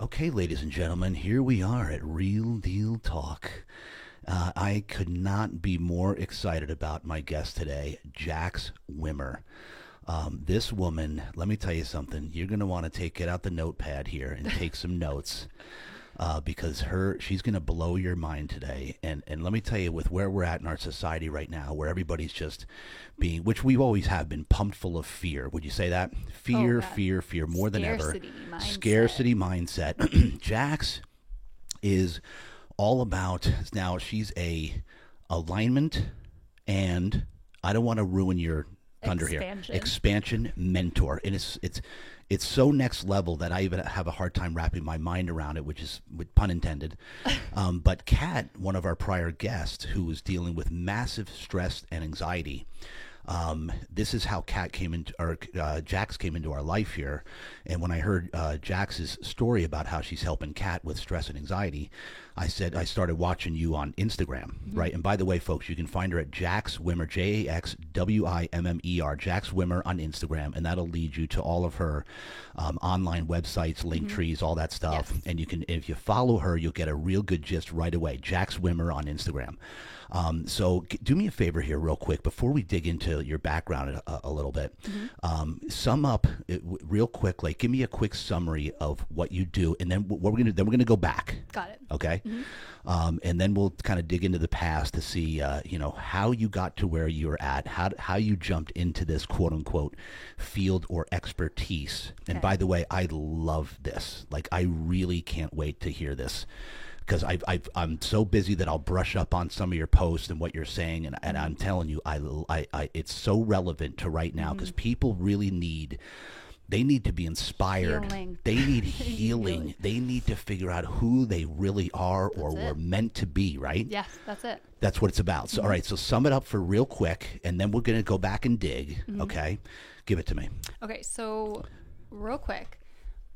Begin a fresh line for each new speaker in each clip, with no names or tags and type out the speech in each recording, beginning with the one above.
Okay, ladies and gentlemen, here we are at Real Deal Talk. Uh, I could not be more excited about my guest today, Jax Wimmer. Um, this woman, let me tell you something. You're going to want to take get out the notepad here and take some notes uh, because her she's going to blow your mind today. And and let me tell you, with where we're at in our society right now, where everybody's just being, which we always have been, pumped full of fear. Would you say that? Fear,
God.
fear, fear, more than ever.
Scarcity mindset.
Scarcity mindset. Jax is all about now. She's a alignment, and I don't want to ruin your thunder
Expansion.
here. Expansion mentor, and it's it's it's so next level that I even have a hard time wrapping my mind around it, which is with pun intended. um, but Kat, one of our prior guests, who was dealing with massive stress and anxiety. Um, this is how Kat came into, or uh, Jax came into our life here. And when I heard uh, Jax's story about how she's helping Kat with stress and anxiety, I said I started watching you on Instagram, right? And by the way, folks, you can find her at Jax Wimmer, J A X W I M M E R, Jax Wimmer on Instagram, and that'll lead you to all of her um, online websites, link trees, all that stuff.
Yes.
And you can, if you follow her, you'll get a real good gist right away. Jax Wimmer on Instagram. Um, so g- do me a favor here, real quick, before we dig into your background a, a little bit. Um, sum up uh, w- real quick, like give me a quick summary of what you do, and then wh- what we're gonna then we're gonna go back.
Got it. Mm-hmm.
Okay, um, and then we'll kind of dig into the past to see, uh, you know, how you got to where you're at, how how you jumped into this quote unquote field or expertise. And
Okay.
by the way, I love this. Like, I really can't wait to hear this because I've, I've, I'm so busy that I'll brush up on some of your posts and what you're saying. And, and
Mm-hmm.
I'm telling you, I, I, I, it's so relevant to right now because people really need. They need to be inspired.
Healing.
They need healing. They need to figure out who they really are or
That's
were
it. Mm-hmm.
meant to be, right?
Yes, that's it.
That's what it's about. So, all right, so sum it up for real quick, and then we're going to go back and dig,
Mm-hmm.
okay? Give it to me.
Okay, so real quick,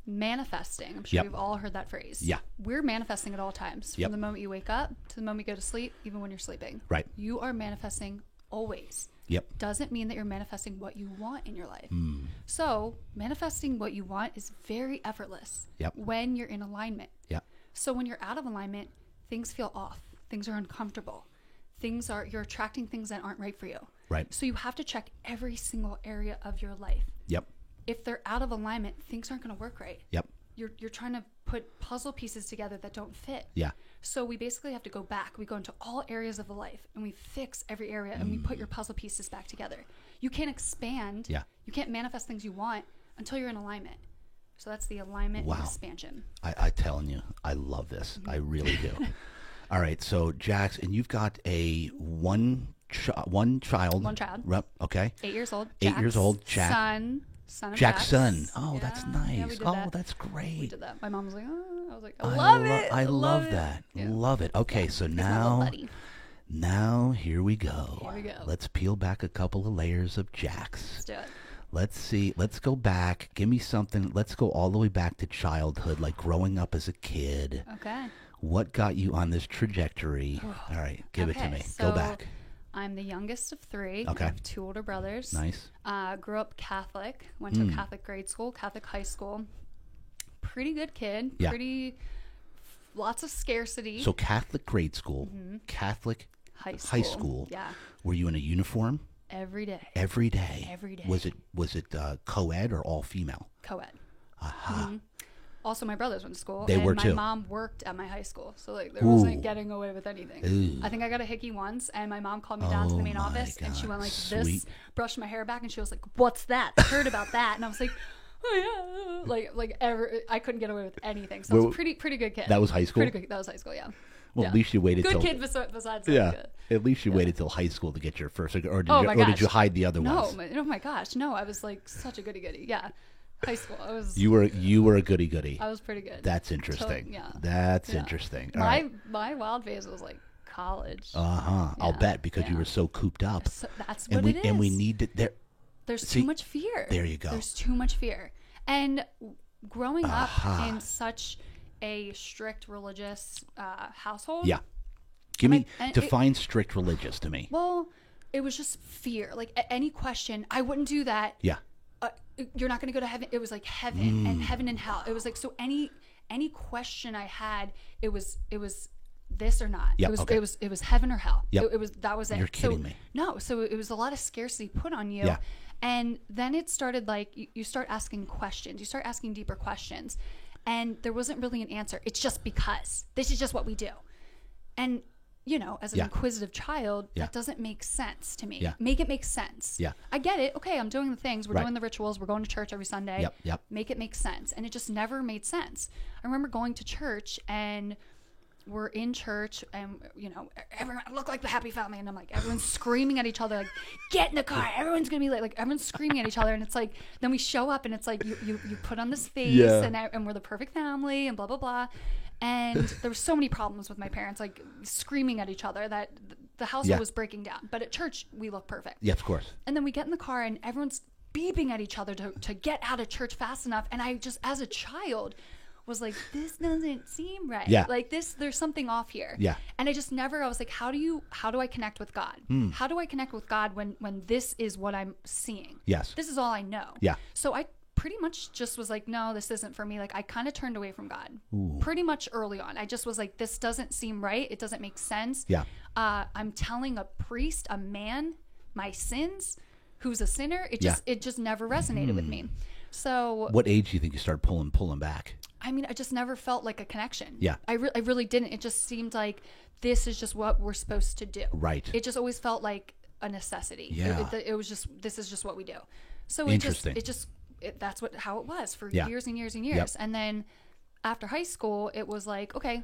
manifesting. I'm sure
Yep.
we've all heard that phrase.
Yeah.
We're manifesting at all times. From
Yep.
the moment you wake up to the moment you go to sleep, even when you're sleeping.
Right.
You are manifesting always.
Yep.
Doesn't mean that you're manifesting what you want in your life.
Hmm.
So manifesting what you want is very effortless
Yep.
when you're in alignment.
Yeah.
So when you're out of alignment, things feel off. Things are uncomfortable. Things are you're attracting things that aren't right for you.
Right.
So you have to check every single area of your life.
Yep.
If they're out of alignment, things aren't going to work right.
Yep.
You're you're trying to put puzzle pieces together that don't fit.
Yeah.
So we basically have to go back. We go into all areas of the life and we fix every area and we put your puzzle pieces back together. You can't expand.
Yeah.
You can't manifest things you want until you're in alignment. So that's the alignment
Wow.
and expansion.
I, I telling you, I love this. I
Mm-hmm.
really do. All right, so Jax, and you've got a one ch- one child.
One child.
Rep, okay.
Eight years old.
Eight years
Jack's
old, Jack-
Son. Son of
Jack's
Jack's.
son. Oh, that's
Yeah,
nice.
yeah, we did
oh,
that.
that's
We
great.
did that. My mom was like, oh. I was like, I love
lo-
it.
I love,
it."
that.
Yeah.
Love it. Okay, so
He's my little
now
buddy.
now here we go.
Here we go.
Let's peel back a couple of layers of Jax.
Let's do it.
Let's see. Let's go back. Give me something. Let's go all the way back to childhood, like growing up as a kid.
Okay.
What got you on this trajectory? All right, give it to
Oh. Okay,
me.
so
Go back.
I'm the youngest of three.
Okay.
I have two older brothers.
Nice. Hmm.
Uh, grew up Catholic. Went to a Catholic grade school, Catholic high school. Pretty good kid.
Yeah.
Pretty. Lots of scarcity.
So Catholic grade school,
Mm-hmm.
Catholic
high school.
high school.
Yeah.
Were you in a uniform
Every day.
every day?
Every day.
Was it was it uh, co-ed or all female?
co-ed. Mhm. Also, my brothers went to school.
They
and
were
my
too.
mom worked at my high school, so like there wasn't
Ooh.
getting away with anything.
Ooh.
I think I got a hickey once, and my mom called me down to
Oh
the main
my
office, and she
God,
went like
sweet.
this, brushed my hair back, and she was like, "What's that? I heard about that?" And I was like, "Oh yeah," like like ever. I couldn't get away with anything. So I
Well,
was a pretty pretty good kid.
that was high school?
Pretty good. That was high school. Yeah.
Well,
Yeah.
at least you waited
Good
till
kid besides, besides
yeah.
Like, uh,
At least you waited till high school to get your first, or did
Oh
you,
my
or did
gosh.
you hide the other
no,
ones?
my, oh my gosh, no! I was like such a goody goody. Yeah, high school. I was
You were you were a goody goody.
I was pretty good.
That's interesting.
Oh, yeah.
That's
Yeah.
interesting. All
my
right.
my wild phase was like college.
Uh huh. I'll
Yeah.
bet because you
Yeah.
were so cooped up,
So that's
and
what
we
it is.
and we need to. There,
There's
see,
too much fear.
there you go.
There's too much fear. And w- growing up in such a strict religious uh, household,
yeah. Give me
and it-
define strict religious to me.
Well, it was just fear. Like a- any question, I wouldn't do that.
Yeah. Mm.
uh, you're not going to go to heaven. It was like heaven and heaven and hell. It was like so any any question I had, it was it was this or not.
Yep,
it was
okay.
it was it was heaven or hell.
Yep.
It, it was that was it.
You're
So-
kidding me.
No, so it was a lot of scarcity put on you.
Yeah.
And then it started like you, you start asking questions. You start asking deeper questions. And there wasn't really an answer. It's just because. This is just what we do. And you know, as an
Yeah.
inquisitive child,
Yeah.
that doesn't make sense to me.
Yeah.
Make it make sense.
Yeah.
I get it. Okay, I'm doing the things. We're
Right.
doing the rituals. We're going to church every Sunday.
Yep, yep.
Make it make sense. And it just never made sense. I remember going to church and we're in church and you know e-, everyone I look like the happy family and I'm like everyone's screaming at each other like get in the car everyone's gonna be late like everyone's screaming at each other and it's like then we show up and it's like you you, you put on this face
Yeah.
and I, and we're the perfect family and blah blah blah and there were so many problems with my parents like screaming at each other that th- the household
Yeah.
was breaking down but at church we look perfect
Yeah, of course.
and then we get in the car and everyone's beeping at each other to, to get out of church fast enough. And I just, as a child, was like, this doesn't seem right.
Yeah.
Like this, there's something off here.
Yeah.
And I just never, I was like, how do you, how do I connect with God?
Hmm.
How do I connect with God when, when this is what I'm seeing?
Yes.
This is all I know.
Yeah.
So I pretty much just was like, no, this isn't for me. Like I kind of turned away from God pretty much early on. I just was like, this doesn't seem right. It doesn't make sense.
Yeah.
Uh, I'm telling a priest, a man, my sins, who's a sinner. It
Yeah. Mm-hmm.
just it just never resonated with me. So
What age do you think you start pulling pulling back?
I mean, I just never felt like a connection.
Yeah.
I, re- I really didn't. It just seemed like this is just what we're supposed to do.
Right.
It just always felt like a necessity. It-
Yeah.
It, it was just, this is just what we do. So it just,
Interesting.
it just, it, that's what, how it was for
Yeah.
years and years and years. And then after high school, it was like, okay,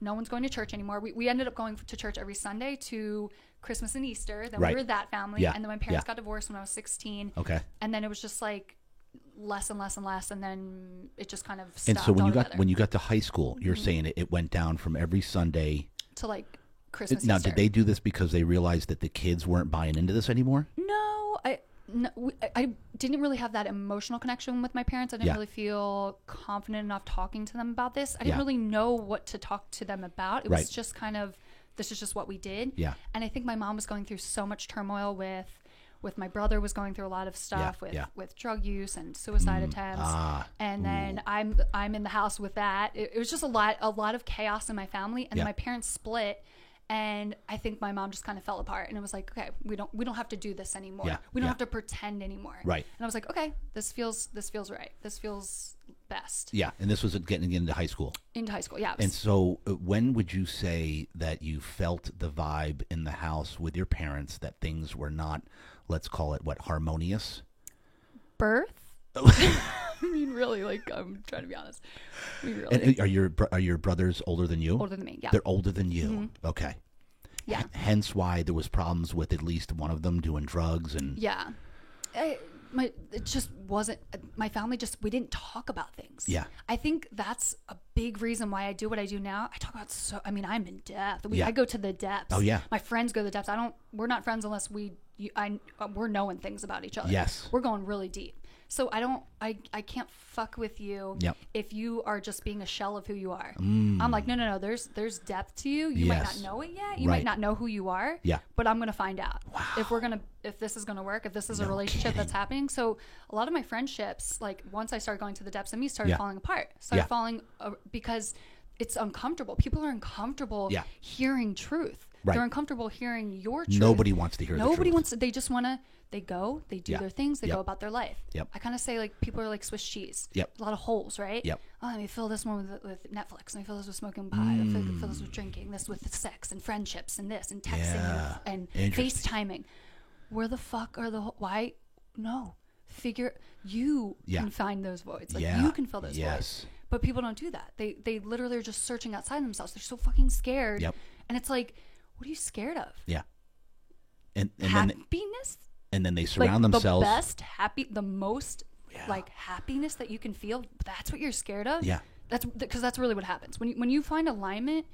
no one's going to church anymore. We, we ended up going to church every Sunday to Christmas and Easter. Then
Right.
we were that family.
Yeah.
And then my parents
Yeah. Oh.
got divorced when I was 16
Okay.
and then it was just like less and less and less and then it just kind of stopped
And so when you got
altogether. Mm-hmm.
when you got to high school, you're saying it, it went down from every Sunday.
to like christmas
now,
Easter.
did they do this because they realized that the kids weren't buying into this anymore?
no i no, we- I- I didn't really have that emotional connection with my parents. I didn't
Yeah.
really feel confident enough talking to them about this. I didn't
Yeah.
really know what to talk to them about. It
Right.
was just kind of this is just what we did.
Yeah.
And I think my mom was going through so much turmoil with with my brother was going through a lot of stuff with
yeah.
with drug use and suicide attempts.
ah,
and then I'm I'm in the house with that. It, it was just a lot a lot of chaos in my family and
Yeah.
my parents split and I think my mom just kind of fell apart and it was like, okay, we don't we don't have to do this anymore.
Yeah,
We don't
yeah.
have to pretend anymore.
Right.
And I was like, okay, this feels this feels right. This feels best.
Yeah, and this was getting into high school.
Into high school. Yeah. it was-
And so, uh, when would you say that you felt the vibe in the house with your parents that things were not, let's call it what, harmonious?
birth? I mean really like I'm trying to be honest. We really
And uh, are your br- are your brothers older than you?
older than me. Yeah. Mm-hmm.
They're older than you. Okay.
Yeah.
H- hence why there was problems with at least one of them doing drugs and
Yeah. I, my it just wasn't my family just we didn't talk about things.
Yeah.
I think that's a big reason why I do what I do now. I talk about so I mean I'm in depth. We,
Yeah.
I go to the depths.
Oh, yeah.
My friends go to the depths. I don't we're not friends unless we you, I uh, we're knowing things about each other.
Yes.
We're going really deep. So I don't I I can't fuck with you
Yep. Mm.
if you are just being a shell of who you are. I'm like no no no there's there's depth to you. You might
Yes.
not know it yet. You
Right.
might not know who you are.
Yeah.
But I'm gonna find out if we're gonna if this is gonna work if this is a relationship that's happening. So a lot of my friendships, like once I started going to the depths of me, started
Yeah.
falling apart. Started
Yeah.
falling uh, because it's uncomfortable. People are uncomfortable
Yeah.
hearing truth.
Right.
They're uncomfortable hearing your truth.
nobody wants to hear the
Nobody
truth.
wants. To, they just want to. They go. They do
Yeah.
their things. They
Yep.
go about their life.
Yep.
I kind of say like people are like Swiss cheese.
Yep.
A lot of holes, right?
Yep.
Oh, let me fill this one with, with Netflix. Let me fill this with smoking pot. Let me fill, fill this with drinking. This with sex and friendships and this and texting
Mm. Yeah.
and, and
Interesting.
FaceTiming. Where the fuck are the ho- why? No. Figure you
Yeah.
can find those voids. Like
Yeah.
you can fill those
Yes.
voids. But people don't do that. They they literally are just searching outside themselves. They're so fucking scared.
Yep.
And it's like, what are you scared of?
Yeah. And and then
Happiness
and then they surround
like
themselves.
the best happy the most
Yeah.
like happiness that you can feel that's what you're scared of
Yeah.
that's because that's really what happens when you, when you find alignment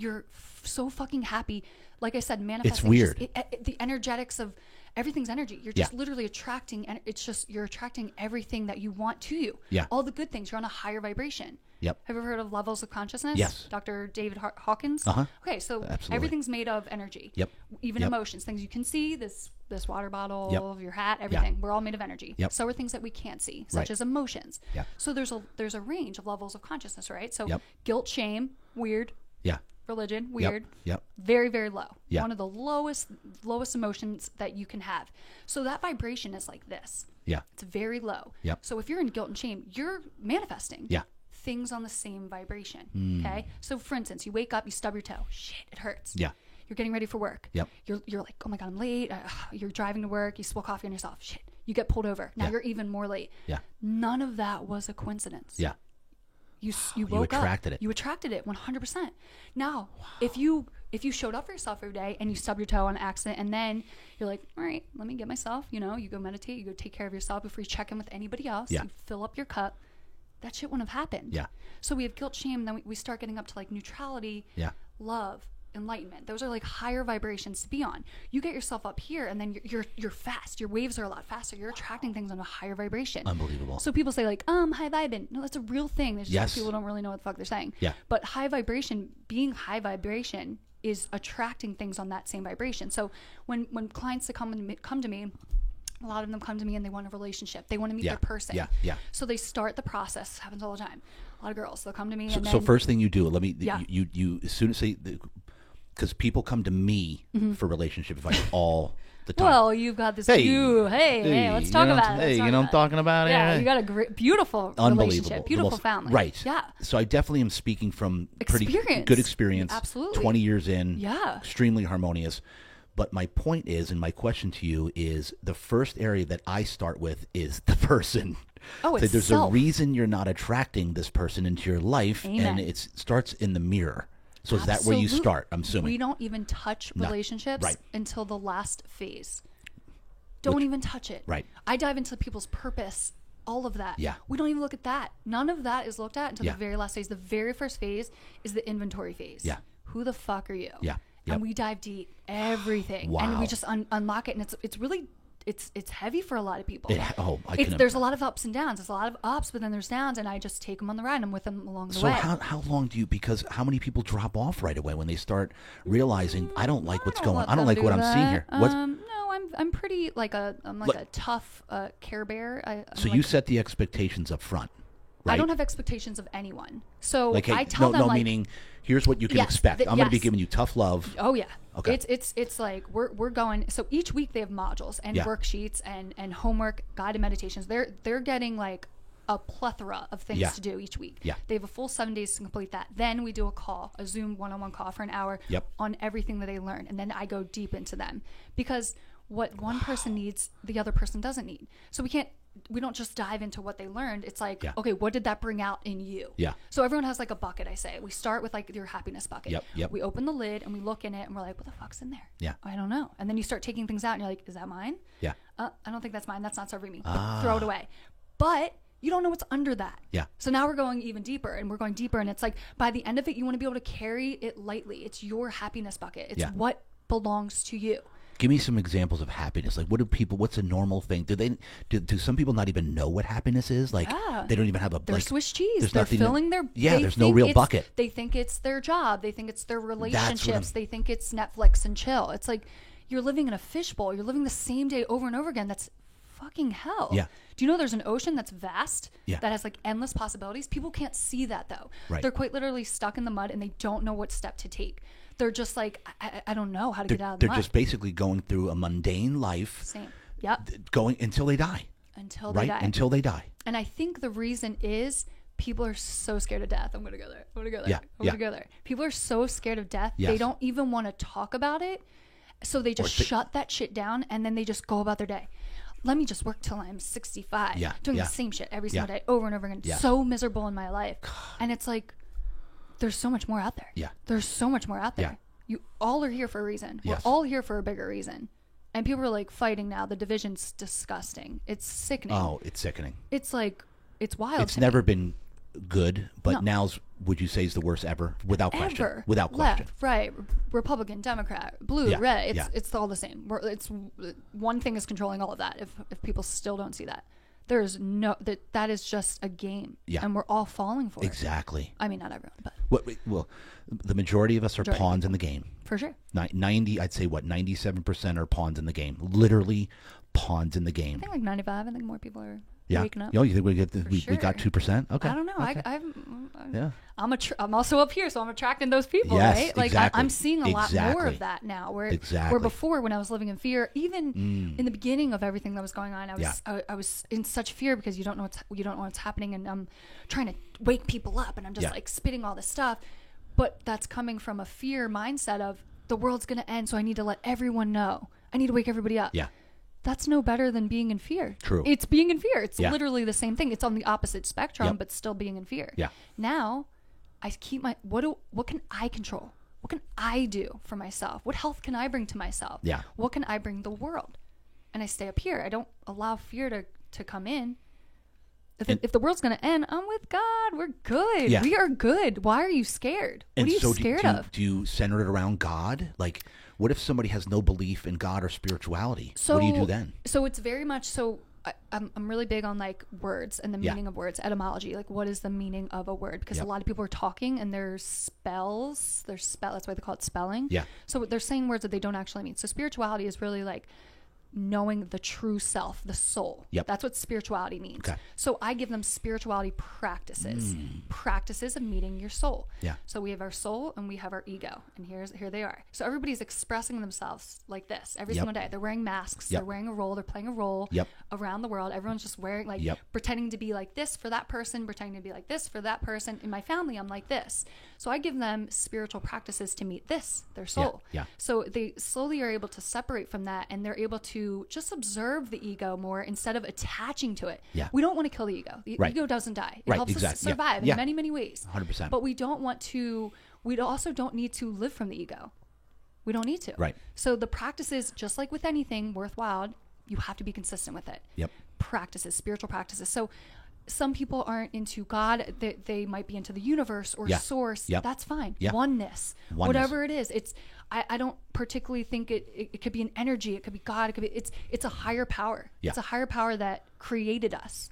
you're f- so fucking happy. Like I said, manifesting.
weird.
Just, it, it- the energetics of everything's energy. You're just
Yeah.
literally attracting, and it's just you're attracting everything that you want to you.
Yeah.
All the good things. You're on a higher vibration.
Yep.
Have you ever heard of levels of consciousness?
Yes.
Dr. David Haw- Hawkins.
Uh-huh.
Okay, so
Absolutely.
everything's made of energy.
Yep.
Even
Yep.
emotions, things you can see. This this water bottle,
Yep.
your hat, everything. We're all made of energy.
Yep.
So are things that we can't see, such
Right.
as emotions.
Yeah.
So there's a there's a range of levels of consciousness, right? So
Yep.
guilt, shame, weird,
Yeah.
religion, weird,
Yep.
very very low.
Yeah.
One of the lowest lowest emotions that you can have. So that vibration is like this.
Yep.
It's very low.
Yep.
So if you're in guilt and shame, you're manifesting.
Yeah.
Things on the same vibration.
Hmm.
Okay. So for instance, you wake up, you stub your toe. Shit, it hurts.
Yeah.
You're getting ready for work.
Yep.
You're, you're like, oh my God, I'm late. Uh, you're driving to work. You spill coffee on yourself. Shit. You get pulled over. Now
Yeah.
you're even more late.
Yeah.
None of that was a coincidence.
Yeah.
You, s- you woke up.
attracted it.
You attracted it 100%. Now, if you if you showed up for yourself every day and you stub your toe on accident and then you're like, all right, let me get myself, you know, you go meditate, you go take care of yourself before you check in with anybody else,
Yeah.
you fill up your cup, that shit wouldn't have happened.
Yeah.
So we have guilt, shame, then we, we start getting up to like neutrality,
Yeah.
love, enlightenment. Those are like higher vibrations to be on. You get yourself up here and then you're you're, you're fast. Your waves are a lot faster. You're attracting things on a higher vibration.
Unbelievable.
So people say like, um, high vibin. No, that's a real thing. There's just
Yes.
people don't really know what the fuck they're saying.
Yeah.
But high vibration, being high vibration, is attracting things on that same vibration. So when when clients that come and come to me, a lot of them come to me and they want a relationship. They want to meet
Yeah.
their person.
Yeah. Yeah.
So they start the process. Happens all the time. A lot of girls they'll come to me
So,
and then
so first thing you do, let me.
Yeah.
You you as soon as they, because people come to me for relationship advice all the time.
Mm-hmm. well you've got this
Hey.
you hey hey,
Hey,
let's
you
talk
know what
about
I'm-
it. Let's
hey,
talk
you know what I'm
about it.
talking about
Yeah,
here?
you got a great, beautiful
unbelievable,
relationship,
The
beautiful
most-
family.
Right.
Yeah.
So I definitely am speaking from pretty
Experience.
good experience.
Absolutely.
Twenty years in.
Yeah.
Extremely harmonious. But my point is, and my question to you is, the first area that I start with is the person.
Oh,
That
it's
there's a
self.
reason you're not attracting this person into your life,
Amen.
and it's, it starts in the mirror. So is that where you
Absolute-
start? I'm assuming.
We don't even touch relationships
Right.
until the last phase. Don't even touch it.
Right.
I dive into people's purpose, all of that.
Yeah.
We don't even look at that. None of that is looked at until
Yeah.
the very last phase. The very first phase is the inventory phase.
Yeah.
Who the fuck are you?
Yeah. Yep.
And we dive deep everything, and
Wow.
we just un- unlock it, and it's it's really. It's, it's heavy for a lot of people.
It ha- oh, I
it's,
can
there's a lot of ups and downs. There's a lot of ups, but then there's downs, and I just take them on the ride. I'm with them along the
So
way.
how, how long do you because how many people drop off right away when they start realizing I don't like what's
I don't
going
let
I don't
them
like
do
what I'm seeing
that.
here. What's,
Um, no, I'm I'm pretty like a I'm like
Look-
a tough uh, care bear. I, I'm
so
like-
you set the expectations up front, right?
I don't have expectations of anyone. So
like hey,
I tell
no,
them
no
like,
meaning here's what you can
Yes,
expect.
th-
I'm going to be
yes.
giving you tough love.
oh yeah,
Okay.
It's it's it's like we're we're going. So each week they have modules and
Yeah.
worksheets and and homework, guided meditations. They're they're getting like a plethora of things
Yeah.
to do each week.
Yeah.
They have a full seven days to complete that. Then we do a call, a Zoom one-on-one call for an hour
Yep.
on everything that they learn, and then I go deep into them because what one person needs, the other person doesn't need. So we can't. We don't just dive into what they learned. It's like,
Yeah.
okay, what did that bring out in you?
Yeah.
So everyone has like a bucket. I say we start with like your happiness bucket.
Yep, yep.
We open the lid and we look in it and we're like, what the fuck's in there?
Yeah.
I don't know. And then you start taking things out and you're like, is that mine?
Yeah. Ah.
Uh, I don't think that's mine. That's not serving me. Throw it away. But you don't know what's under that.
Yeah.
So now we're going even deeper and we're going deeper. And it's like by the end of it, you want to be able to carry it lightly. It's your happiness bucket, it's
Yeah.
what belongs to you.
Give me some examples of happiness. Like what do people what's a normal thing? Do they do, do some people not even know what happiness is? Like
Yeah.
they don't even have a
Ah. They're
like,
Swiss cheese.
there's
They're
nothing to-
filling their
Yeah,
they
there's no
think
real
it's-
bucket.
They think it's their job. They think it's their
I'm-
relationships. They think it's Netflix and chill. It's like you're living in a fishbowl. You're living the same day over and over again. That's fucking hell.
Yeah.
Do you know there's an ocean that's vast
Yeah.
that has like endless possibilities? People can't see that though.
Right.
They're quite literally stuck in the mud and they don't know what step to take. They're just like I, I, I don't know how to get out
They're,
of the
they're
mud.
just basically going through a mundane life
same. Yep.
going until they die.
Until
Right?
they die.
Until they die.
And I think the reason is people are so scared of death. I'm gonna go there. I'm gonna go there.
Yeah,
I'm
yeah.
gonna go there. People are so scared of death. They
Yes.
don't even want to talk about it. So they just
thi-
shut that shit down and then they just go about their day. Let me just work till I'm 65.
Yeah,
Doing
yeah.
the same shit every
Yeah.
single day over and over again.
Yeah.
So miserable in my life. And it's like there's so much more out there.
Yeah.
There's so much more out there.
Yeah.
You all are here for a reason.
Yes.
We're all here for a bigger reason. And people are like fighting now. The division's disgusting. It's sickening
Oh, it's sickening.
it's like it's wild.
it's
to me.
never been good, but
No.
now's would you say is the worst ever without question?
Ever.
Without question.
Left, right, Republican, Democrat, blue,
Yeah,
red. It's
yeah.
it's all the same. We're, it's one thing is controlling all of that. If if people still don't see that, there's no that that is just a game.
Yeah.
And we're all falling for it.
Exactly.
I mean, not everyone, but
What, we- well, the majority of us are pawns in the game.
for sure.
Ni- Ninety, I'd say, what ninety-seven percent are pawns in the game. Literally, pawns in the game.
I think like 95. I think more people are
Yeah.
waking up.
Yo, you think we get the, we, we got
sure.
two percent? Okay.
I don't know.
Okay.
I, mm, I'm, I'm,
Yeah.
I'm, attr- I'm also up here, so I'm attracting those people,
Yes,
right? Like
exactly.
I, I'm seeing a lot more
Exactly.
of that now. Where
Exactly. Mm.
where before, when I was living in fear, even in the beginning of everything that was going on, I was
Yeah.
I, I was in such fear because you don't know what's you don't know what's happening, and I'm trying to wake people up, and I'm just
Yeah.
like spitting all this stuff. But that's coming from a fear mindset of the world's going to end, so I need to let everyone know. I need to wake everybody up
Yeah.
that's no better than being in fear.
True.
It's being in fear. It's
Yeah.
literally the same thing. It's on the opposite spectrum,
Yep.
but still being in fear.
Yeah.
Now, I keep my what do what can I control? What can I do for myself? What health can I bring to myself?
Yeah.
What can I bring the world? And I stay up here. I don't allow fear to to come in. If,
And-
if the world's gonna end, I'm with God. We're good.
Yeah.
We are good. Why are you scared? What
And
are you
so do-
scared
do, you-
of?
Do you center it around God? Like, what if somebody has no belief in God or spirituality?
So
what do you do then?
So it's very much so. I, I'm I'm really big on like words and the
Yeah.
meaning of words, etymology. Like, what is the meaning of a word? Because
Yep.
a lot of people are talking and their spells, their spell. That's why they call it spelling.
Yeah.
So they're saying words that they don't actually mean. So spirituality is really like knowing the true self, the soul.
Yep.
That's what spirituality means.
Okay. Hmm.
So I give them spirituality practices, practices of meeting your soul.
Yeah.
So we have our soul and we have our ego, and here's here they are. So everybody's expressing themselves like this every
Yep.
single day. They're wearing masks.
Yep.
They're wearing a role. They're playing a role
Yep.
around the world. Everyone's just wearing like
Yep.
pretending to be like this for that person, pretending to be like this for that person. In my family, I'm like this. So I give them spiritual practices to meet this their soul.
yeah.
So they slowly are able to separate from that, and they're able to just observe the ego more instead of attaching to it.
Yeah.
We don't want to kill the ego. The
Right.
ego doesn't die. It
Right,
helps us
exact- yeah,
survive
yeah.
in many many ways.
100%.
But we don't want to. We also don't need to live from the ego. We don't need to.
Right.
So the practices, just like with anything worthwhile, you have to be consistent with it.
Yep.
Practices, spiritual practices. So some people aren't into God. They, they might be into the universe or
Yeah.
source.
Yep.
That's fine.
Yeah.
Oneness,
Oneness.
Whatever it is. It's I, I don't particularly think it, it it could be an energy, it could be God, it could be it's it's a higher power.
Yeah.
It's a higher power that created us.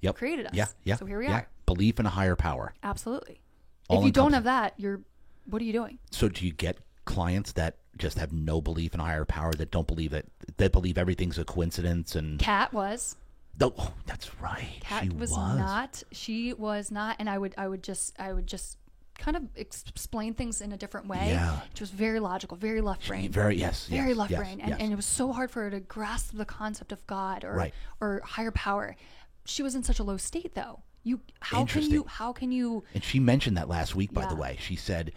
Yep.
created us.
Yeah. Yeah.
So here we
yeah.
are.
Belief in a higher power.
Absolutely.
All
if you don't
encompassing.
have that, you're what are you doing?
So do you get clients that just have no belief in a higher power that don't believe that that believe everything's a coincidence and
Cat was
oh, oh, that's right.
Kat
she
was,
was,
not. She was not, and I would I would just I would just kind of ex- explain things in a different way.
Yeah.
Which was very logical, very left brain.
very yes,
very
yes,
left
yes,
brain. And,
yes.
and it was so hard for her to grasp the concept of God or
Right.
or higher power. She was in such a low state though. You how can you
Interesting.
how can you
And she mentioned that last week, by the
Yeah.
way. She said,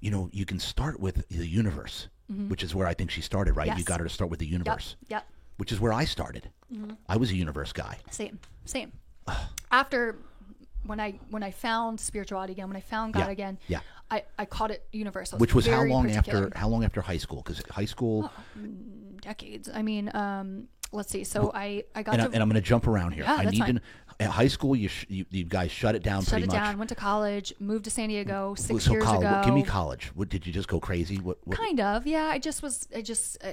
you know, you can start with the universe, which is where I think she started, right? You
Mm-hmm. Yes.
got her to start with the
Yep.
universe,
Yep.
which is where I started.
Mm-hmm.
I was a universe guy.
Same. Same. After when I when I found spirituality again, when I found God
Yeah.
again,
Yeah.
I, I caught it universal.
Which was how
Very
long
particular. Oh,
after how long after high school? Because high school,
decades. I mean, um, let's see. So I I got
and, I,
to
and I'm going to jump around here.
Yeah,
I
that's
need
fine.
to. At high school, you, sh- you you guys shut it down
shut
pretty
it
much.
down. Went to college. Moved to San Diego
Well,
six
so
years
college,
ago.
give me college. What did you just go crazy? What, what
kind of. Yeah. I just was. I just uh,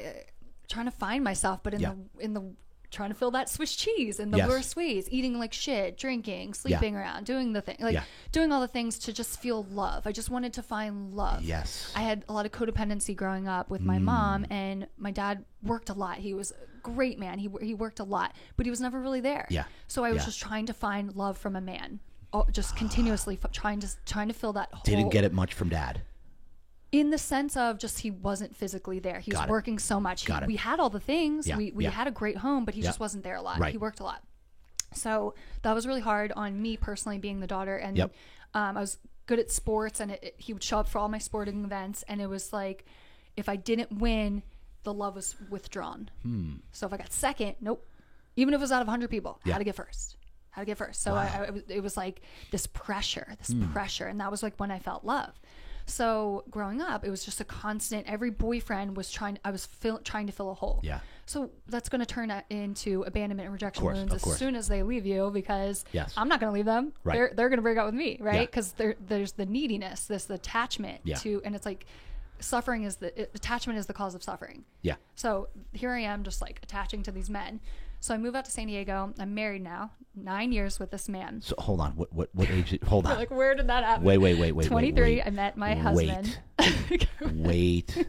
trying to find myself, but in
Yeah.
the in the trying to fill that Swiss cheese in the
Yes.
worst ways, eating like shit, drinking, sleeping around, doing the thing, like
Yeah.
doing all the things to just feel love. I just wanted to find love.
Yes.
I had a lot of codependency growing up with
Mm.
my mom, and my dad worked a lot. He was a great man. He he worked a lot, but he was never really there.
Yeah.
So I was
Yeah. Ah.
just trying to find love from a man, oh, just continuously f- trying to trying to fill that hole.
Didn't get it much from dad.
in the sense of just he wasn't physically there. He was
Got it.
working so much.
Got
he,
it.
we had all the things.
Yeah,
We we
yeah.
had a great home, but he
Yeah.
just wasn't there a lot.
Right.
He worked a lot. So that was really hard on me personally, being the daughter, and
Yep.
um, I was good at sports, and it, it- he would show up for all my sporting events, and it was like, if I didn't win, the love was withdrawn. So if I got second, nope. Even if it was out of hundred people,
Hmm. Yeah.
how to get first, how to get first. So I, I, it was- it was like this pressure, this
Hmm.
pressure, and that was like when I felt love. So growing up, it was just a constant. Every boyfriend was trying. I was fill, trying to fill a hole.
Yeah.
So that's going to turn a- into abandonment and rejection
course,
wounds
of
as
course.
soon as they leave you because
Yes.
I'm not going to leave them.
Right.
They're, they're going to break up with me,
Yeah.
right? Because there's the neediness, this attachment
Yeah.
to, and it's like suffering is the it- attachment is the cause of suffering.
Yeah.
So here I am, just like attaching to these men. So I move out to San Diego. I'm married now, nine years with this man.
So hold on. What what what age? Hold on.
Like, where did that happen?
Wait, wait, wait, wait, wait.
23,
wait.
I met my
Wait.
husband.
Wait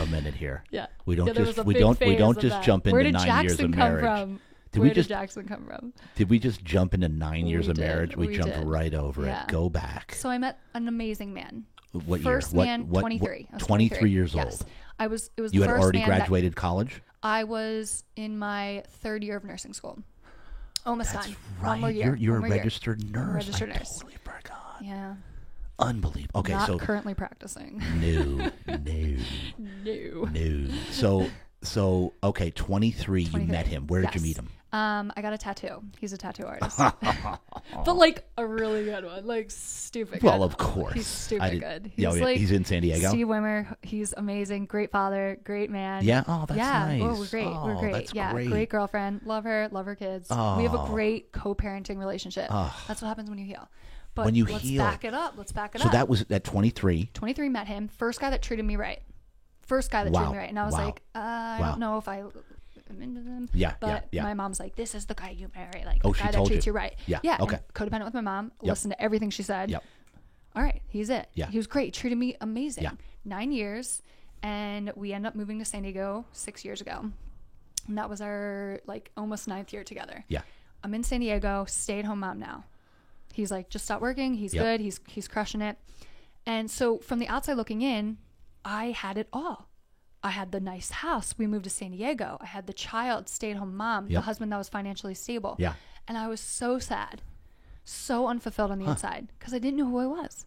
a minute here.
Yeah.
We don't
Yeah, there was
just
a
we
big
don't we
phase
don't
of
just
that.
jump into
Where did
nine
Jackson
years of
come
marriage.
From?
Did
Where
we just
did Jackson come from?
did we just jump into nine years
We
of
did,
marriage? We,
we
jumped
did.
right over
Yeah.
it. Go back.
So I met an amazing man.
what year?
first
What-
man,
what- what-
23. I was
23 years
Yes.
old.
I was. It was
You
the
had
first
already
man that-
graduated college.
I was in my third year of nursing school. Almost
That's
done.
right.
One more year.
You're, you're
one
a
more year.
registered nurse. I
registered nurse.
Totally forgot.
Yeah.
Unbelievable. Okay,
Not
so
currently practicing.
no, no,
no.
no. So so okay, 23, You
23.
met him. Where did you
Yes.
meet him?
Um, I got a tattoo. He's a tattoo artist, but like a really good one, like stupid.
Well,
good.
of course.
he's
I
stupid
did-
good. He's
Yeah, oh, yeah,
like
he's in San Diego.
Steve Wimmer. He's amazing. Great father. Great man.
Yeah? Oh, that's
yeah. Oh, we're
nice.
great.
Oh,
we're great.
that's
yeah.
great. Oh.
girlfriend. Love her. Love her kids. We have a great co-parenting relationship. That's what happens when you heal. But
When you
let's
heal.
back it up. Let's back it
so
up.
that was at 23.
23 met him. First guy that treated me right. First guy that
Wow.
treated me right. And I was
Wow.
like, uh, I
Wow.
don't know if I am into them.
Yeah, yeah,
But
yeah.
my mom's like, this is the guy you marry. Like,
Oh,
the
she
guy that
told
treats
you.
you, right.
Yeah,
Yeah. and
okay.
Codependent with my mom. Listen to everything she said.
Yep.
All right. He's it.
Yeah.
He was great. treated me amazing.
Yeah.
Nine years. And we ended up moving to San Diego six years ago. And that was our like almost ninth year together.
Yeah.
I'm in San Diego, stay at home mom now. He's like, just stop working. He's
Yep.
good. He's he's crushing it. And so from the outside looking in, I had it all. I had the nice house. We moved to San Diego. I had the child, stay at home mom, the
Yep.
husband that was financially stable.
Yeah.
And I was so sad, so unfulfilled on the inside because I didn't know who I was.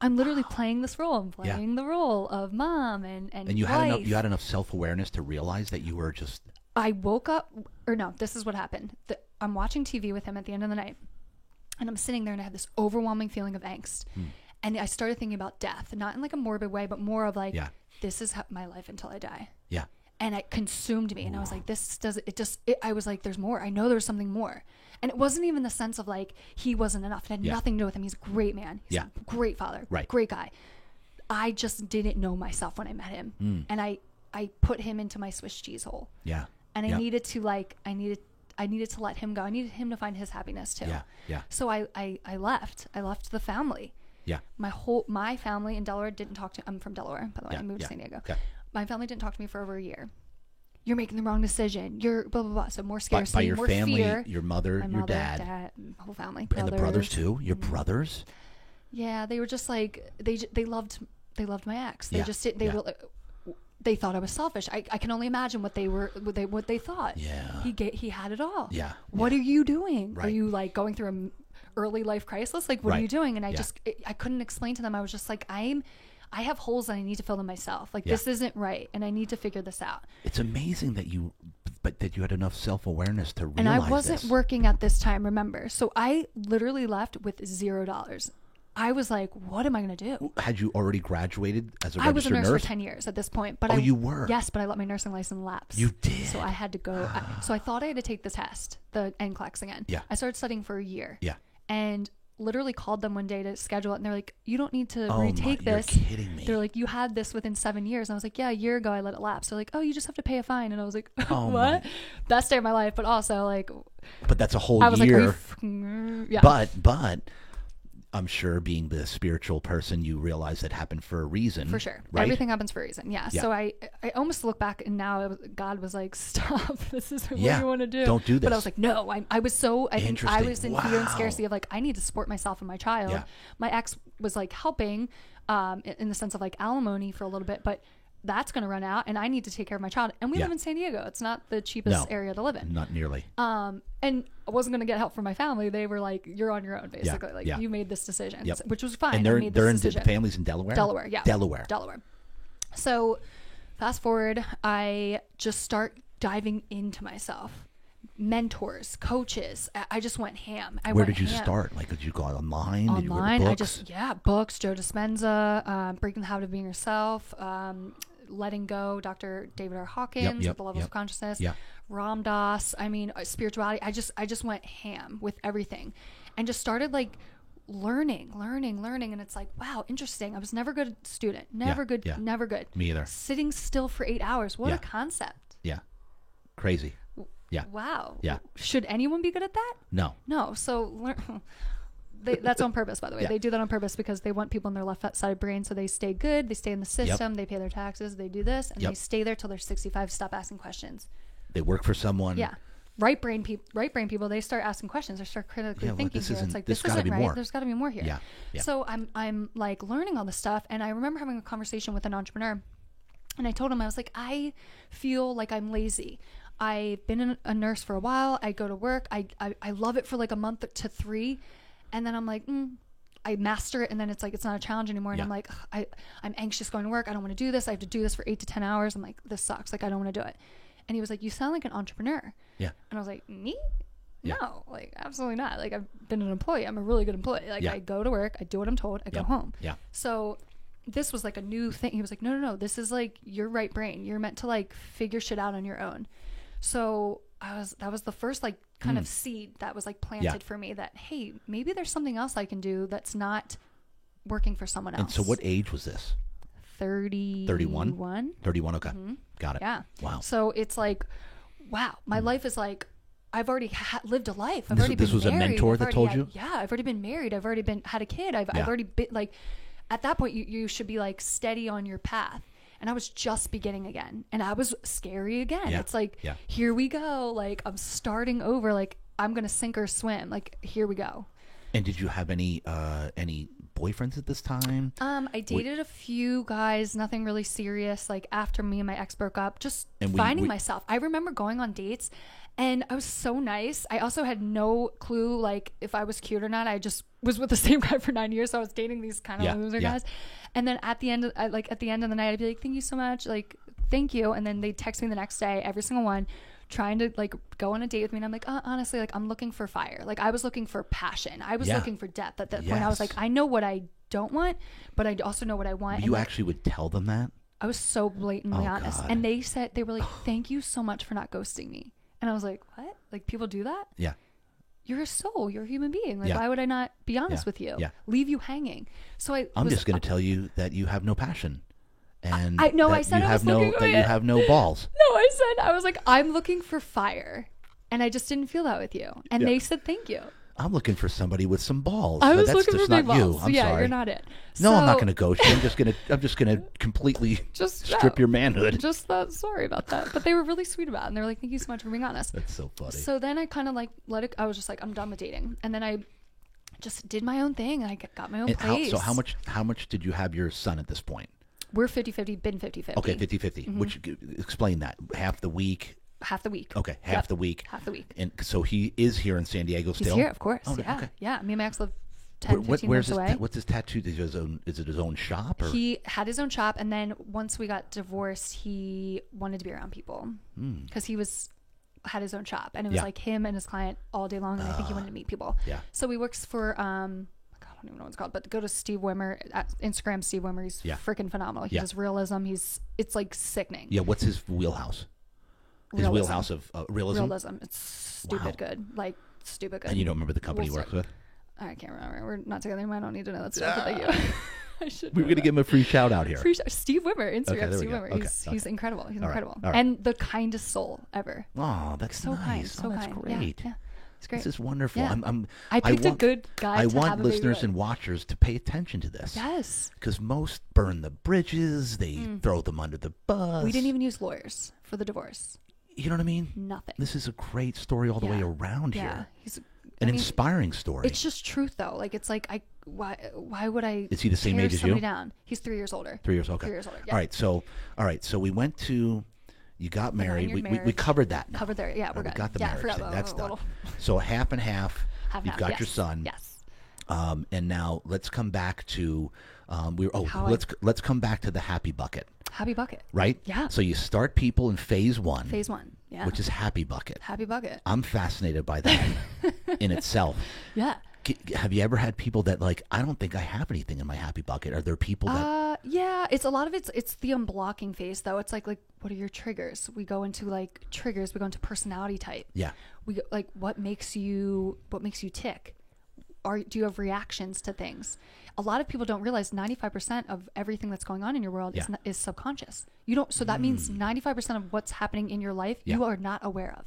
I'm literally playing this role. I'm
Yeah.
playing the role of mom and and,
And you had enough
wife.
you had enough self-awareness to realize that you were just
I woke up, or no, this is what happened. The, I'm watching TV with him at the end of the night, and I'm sitting there and I have this overwhelming feeling of angst.
Hmm.
And I started thinking about death, not in like a morbid way, but more of like,
Yeah.
this is ho- my life until I die.
yeah.
And it consumed me. And I was like, this does it just, it, I was like, there's more. I know there's something more. And it wasn't even the sense of like, he wasn't enough. It had
Yeah.
nothing to do with him. He's a great man. He's
Yeah.
a great father.
Right.
Great guy. I just didn't know myself when I met him.
Hmm.
And I, I put him into my Swiss cheese hole
Yeah.
and I
yeah,
needed to like I needed I needed to let him go. I needed him to find his happiness too.
Yeah. Yeah.
So I I, I left. I left the family.
Yeah.
My whole my family in Delaware didn't talk to. I'm from Delaware, by the way.
Yeah,
I moved
yeah,
to San Diego.
okay.
My family didn't talk to me for over a year. You're making the wrong decision. You're blah blah blah. So more
By,
scarcity,
by your
more
family,
fear.
your mother,
my
your
mother, Mm-hmm.
dad,
my whole family,
and the brothers too. Your brothers?
Yeah, they were just like they j- they loved they loved my ex. They
Yeah,
just did, they
yeah.
were, uh, they thought I was selfish. I, I can only imagine what they were what they what they thought.
Yeah.
he get he had it all.
Yeah,
what are you doing? Are
Right.
you like going through an early life crisis? Like what
Right.
are you doing? And I
Yeah.
just I- I couldn't explain to them. I was just like I'm. I have holes that I need to fill in myself. Like
Yeah.
this isn't right, and I need to figure this out.
It's amazing that you but that you had enough self-awareness to realize
and I wasn't
this.
working at this time. Remember, so I literally left with zero dollars. I was like, "What am I going to do?"
had you already graduated as a
I was a
registered
nurse, for ten years at this point. But
Oh,
I,
you were?
Yes, but I let my nursing license lapse.
You did.
So I had to go. I, so I thought I had to take the test, the NCLEX again.
Yeah.
I started studying for a year.
Yeah.
And literally called them one day to schedule it, and they're like, "You don't need to
Oh my-
retake
you're
this."
kidding me.
They're like, "You had this within seven years." And I was like, "Yeah, a year ago I let it lapse." They're like, "Oh, you just have to pay a fine," and I was like,
Oh my-
"What?" Best day of my life, but also like,
but that's a whole
I was
year.
like, Are you fucking- yeah.
But but I'm sure being the spiritual person, you realize that happened for a reason.
For sure.
Mm. right?
Everything happens for a reason. Yeah.
Yeah.
So I I almost look back and now I was- God was like, stop. This is what
Yeah.
you want to do.
Don't do
But I
this.
was like, no. I, I was so, I think I
Interesting.
was in fear and
Wow.
scarcity of like, I need to support myself and my child.
Yeah.
My ex was like helping um, in- in the sense of like alimony for a little bit, but that's going to run out and I need to take care of my child. And we
Yeah.
live in San Diego. It's not the cheapest
No.
area to live in.
Not nearly.
Um, and I wasn't going to get help from my family. They were like, you're on your own, basically. Like,
yeah.
you made this decision,
Yep.
which was fine.
and
I
they're
made
they're in
this decision.
families in Delaware.
Delaware, yeah.
Delaware.
Delaware. So, fast forward, I just start diving into myself. Mentors, coaches. I- I just went ham. I
Where
went
did you
ham.
start? Like, did you go online? Did you go to
Online, I
books?
just yeah, books, Joe Dispenza, um, Breaking the Habit of Being Yourself, um, letting go, Dr. David R. Hawkins, with
yep,
the level
yep,
of consciousness,
yeah.
Ram Dass. I mean, uh, spirituality. I just I just went ham with everything, and just started like learning, learning, learning. And it's like, wow, interesting. I was never a good student. Never good.
yeah.
Never good.
Me either.
Sitting still for eight hours. What
Yeah.
a concept.
Yeah. Crazy. Yeah.
Wow.
Yeah.
Should anyone be good at that?
No.
No. So learn. They, that's on purpose, by the way.
Yeah.
They do that on purpose because they want people in their left side brain, so they stay good, they stay in the system, they pay their taxes, they do this, and
Yep.
they stay there till they're 65. Stop asking questions.
They work for someone.
Yeah, right brain people, right brain people, they start asking questions, they start critically
Yeah, well,
thinking.
this
here.
isn't-
It's like
this
this,
gotta
isn't
be
right.
more.
There's got to be more here.
Yeah, yeah.
So I'm I'm like learning all this stuff, and I remember having a conversation with an entrepreneur, and I told him I was like, I feel like I'm lazy. I've been an- a nurse for a while. I go to work. I I, I love it for like a month to three, and then I'm like. Mm, I master it, and then it's like it's not a challenge anymore. And
Yeah.
I'm like, "Ugh, I, I'm anxious going to work. I don't want to do this. I have to do this for eight to ten hours. I'm like, this sucks. Like I don't want to do it. And he was like, you sound like an entrepreneur.
Yeah.
And I was like, me?
Yeah.
No, like absolutely not. Like I've been an employee. I'm a really good employee. Like
Yeah.
I go to work, I do what I'm told, I
Yeah.
go home.
Yeah.
So this was like a new thing. He was like, no, no, no. This is like your right brain. You're meant to like figure shit out on your own. So I was that was the first like kind
Hmm.
of seed that was like planted for me that hey maybe there's something else I can do that's not working for someone else.
And so what age was this?
Thirty.
31?
One.
31. Okay. Got it.
Mm-hmm. Yeah.
Wow. Hmm.
So it's like, wow, my life is like, I've already ha- lived a life. I've
This-
already
this
been
was a
married.
mentor
I've
that
already
told
had-
you?
Yeah, I've already been married. I've already been had a kid. I've
Yeah.
I've already been like, at that point, you you should be like steady on your path. And I was just beginning again, and I was scary again.
Yeah.
It's like,
Yeah.
here we go. Like I'm starting over. Like I'm gonna sink or swim. Like here we go.
And did you have any uh any boyfriends at this time?
Um, I dated a few guys, nothing really serious. Like after me and my ex broke up, just
And we-
finding
we-
myself. I remember going on dates, and I was so nice. I also had no clue like if I was cute or not. I just was with the same guy for nine years, so I was dating these kind of
Yeah,
loser
yeah.
guys. And then at the end, of, I- like at the end of the night, I'd be like, "Thank you so much," like "Thank you," and then they text me the next day, every single one. Trying to like go on a date with me, and I'm like, uh, honestly, like I'm looking for fire. Like I was looking for passion. I was
Yeah.
looking for depth at that point. I was
Yes.
like, I know what I don't want, but I also know what I want.
you
and
actually would tell them that?
I was so blatantly
Oh,
honest.
God.
And they said, they were like, thank you so much for not ghosting me. And I was like, what? Like, people do that?
Yeah.
You're a soul. You're a human being. Like,
Yeah.
why would I not be honest
Yeah.
with you?
Yeah.
Leave you hanging. So I
I'm
was-
just going to tell you that you have no passion. And
I- no, I
that
said
you
I
have
was
no
looking
that
away.
you have no balls.
No, I said, I was like, I'm looking for fire. And I just didn't feel that with you. And
Yeah.
they said, thank you.
I'm looking for somebody with some balls.
I
But
was
that's
looking
just
for big
not you.
balls.
I'm
yeah,
sorry.
you're not it.
no, I'm not
So-
going to ghost you. I'm just going to I'm just going to completely
Just
strip
no.
your manhood.
Just that. Sorry about that. But they were really sweet about it. And they were like, thank you so much for being honest.
that's so funny.
So then I kind of like let it. I was just like, I'm done with dating, and then I just did my own thing. I got my own
And how,
place.
so how much how much did you have your son at this point?
We're 50 50, been 50 50.
Okay, 50-50.
Mm-hmm.
Which explain that. Half the week.
half the week.
Okay, half
Yep.
the week.
Half the week.
And so he is here in San Diego
He's
still.
here, of course.
Oh,
yeah,
okay.
yeah. Me and Max live 10,
Where- what-
15
where's
minutes
his
away.
ta- what's his tattoo? Is it his own? Is it his own shop or?
he had his own shop, and then once we got divorced, he wanted to be around people because he was had his own shop, and it was
Hmm. Yeah. Ah.
like him and his client all day long. And I think he wanted to meet people.
yeah.
So he works for um, God, I don't even know what it's called, but go to Steve Wimmer at Instagram. Steve Wimmer, he's
Yeah.
freaking phenomenal. He
Yeah.
does realism. He's it's like sickening.
yeah. What's his wheelhouse? His
Realism.
wheelhouse of uh, realism.
Realism. It's stupid
Wow.
good. Like stupid good.
And you don't remember the company he
We'll
works with?
I can't remember. We're not together anymore. I don't need to know that stuff. But thank you. I should.
We were gonna give him a free shout out here.
Appreciate Steve Wimmer, Instagram.
there we
Steve
go.
Wimmer.
Okay,
he's,
okay.
he's incredible. He's
All right,
incredible,
all right.
and the kindest soul ever.
oh, that's
So
nice.
kind,
Oh,
so
that's
kind. Yeah,
great.
yeah. It's great.
This is wonderful.
Yeah.
I'm, I'm.
I picked a
want,
good guy
I
to
want
have a baby
listeners
with.
and watchers to pay attention to this.
yes.
Because most burn the bridges, they throw them under the bus.
Mm. We didn't even use lawyers for the divorce.
You know what I mean?
Nothing.
This is a great story all the way
Yeah.
around
yeah.
here.
He's
An
I mean,
inspiring story.
It's just truth though. Like it's like I why why would I?
Is he the same
tear
age as you?
somebody Down. He's three years older.
Three years. Okay.
Three years older. Yeah.
All right. So, all right. So we went to. You got married.
nine-year
We, we, we
marriage.
covered that. Now.
Covered there. Yeah,
Uh,
we're
we
good.
got the
yeah, I
marriage
forgot
thing.
about-
That's
well,
done. So half and half.
Half and
You've
half,
got your
yes,
son.
Yes.
Um, and now let's come back to. Um, we were, oh,
How I-
let's let's come back to the happy bucket,
Happy bucket.
right?
Yeah.
So you start people in phase one,
Phase one. Yeah.
which is happy bucket.
happy bucket.
I'm fascinated by that in itself.
Yeah.
G- Have you ever had people that like I don't think I have anything in my happy bucket? Are there people that
Uh, yeah, it's a lot of it's it's the unblocking phase though. It's like like what are your triggers? We go into like triggers. We go into personality type.
yeah
We go, like what makes you what makes you tick? Are do you have reactions to things? A lot of people don't realize ninety five percent of everything that's going on in your world
Yeah. Mm.
is, n- is subconscious. You don't. So that means ninety five percent of what's happening in your life
Yeah.
you are not aware of.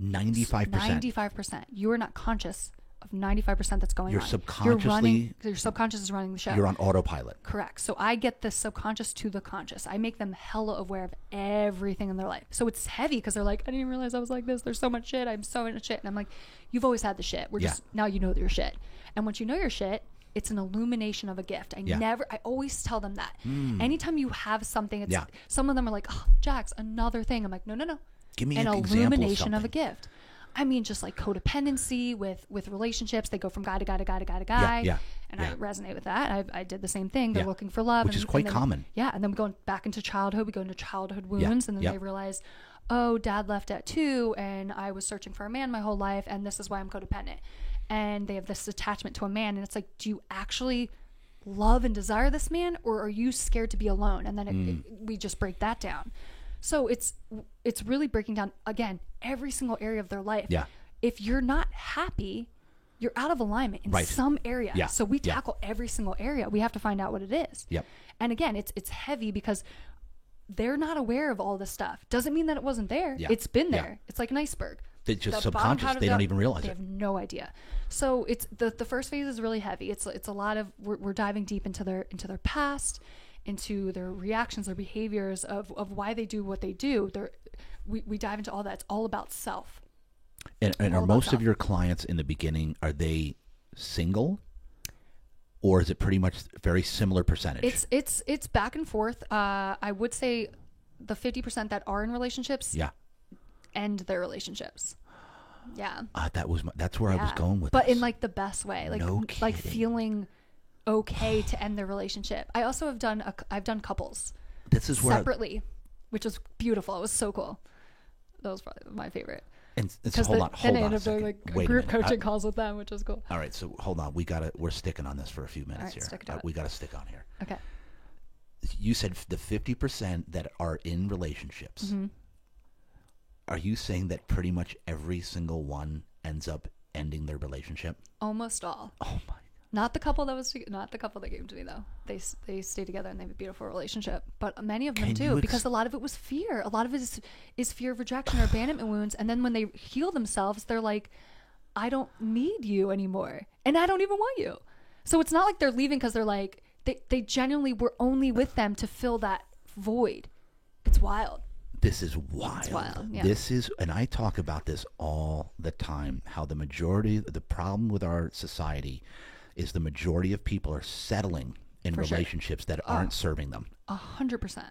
ninety five percent?
Ninety-five percent. You are not conscious of ninety-five percent that's going
You're
on.
subconsciously-
running. Your subconscious is running the show.
You're on autopilot.
Correct. So I get the subconscious to the conscious. I make them hella aware of everything in their life. So it's heavy because they're like, I didn't realize I was like this. There's so much shit. I'm so into shit. And I'm like, you've always had the shit. We're
Yeah.
just now you know your shit. And once you know your shit, it's an illumination of a gift. I
Yeah. Hmm.
never, I always tell them that. Anytime you have something, it's
Yeah.
some of them are like, oh, Jax, another thing. I'm like, no, no, no.
Give me
an
an example of
illumination of a
something.
gift. I mean, just like codependency with with relationships, they go from guy to guy to guy to guy to guy,
yeah,
and
yeah.
I resonate with that. I, I did the same thing. They're
Yeah.
looking for love,
Which
and-
is
and
quite
then-
common.
Yeah, and then we go back into childhood. We go into childhood wounds, and then
yeah.
they realize, oh, dad left at two, and I was searching for a man my whole life, and this is why I'm codependent. And they have this attachment to a man, and it's like, do you actually love and desire this man, or are you scared to be alone? And then it,
Mm.
it- we just break that down. So it's it's really breaking down again every single area of their life.
Yeah.
If you're not happy, you're out of alignment in
Right.
some area.
Yeah.
So we
Yeah.
tackle every single area. We have to find out what it is.
Yep.
And again, it's it's heavy because they're not aware of all this stuff. Doesn't mean that it wasn't there.
Yeah.
It's been
Yeah.
there. It's like an iceberg.
It's just
The bottom
subconscious.
part of
They
the-
don't even realize
they
it.
have no idea. So it's the the first phase is really heavy. It's it's a lot of we're, we're diving deep into their into their past, into their reactions, their behaviors of of why they do what they do. They're we, we dive into all that. It's all about self.
And, and
all
are
about
most of
self.
your clients in the beginning are they single, or is it pretty much very similar percentage?
It's it's it's back and forth. Uh, I would say the fifty percent that are in relationships
yeah,
end their relationships. Yeah.
uh, that was my, that's where I was
Yeah.
going with.
but
this.
in like the best way like
No
n- like
kidding.
feeling okay to end the relationship i also have done a, cou- i've done couples
this is where
separately which was beautiful it was so cool that was probably my favorite
and, and so
because
hold
then
on, hold
I
on
ended
a
up doing
second.
like
Wait a
group
minute. I-
coaching calls with them which was cool
all right, so hold on. We gotta we're sticking on this for a few minutes
right,
here.
stick to
Uh,
it.
we gotta stick on here.
okay
You said f- the fifty percent that are in relationships.
Mm-hmm.
Are you saying that pretty much every single one ends up ending their relationship?
almost all
Oh my.
Not the couple that was to- not the couple that came to me though. They s- they stay together and they have a beautiful relationship. But many of them
Can
do
you ex-
because a lot of it was fear. A lot of it is, is fear of rejection or abandonment wounds. And then when they heal themselves, they're like, I don't need you anymore, and I don't even want you. So it's not like they're leaving because they're like they they genuinely were only with them to fill that void. It's wild.
This is wild.
wild, yeah.
This is, and I talk about this all the time how the majority, the problem with our society is the majority of people are settling in
sure. Oh,
relationships that aren't serving them.
A hundred percent.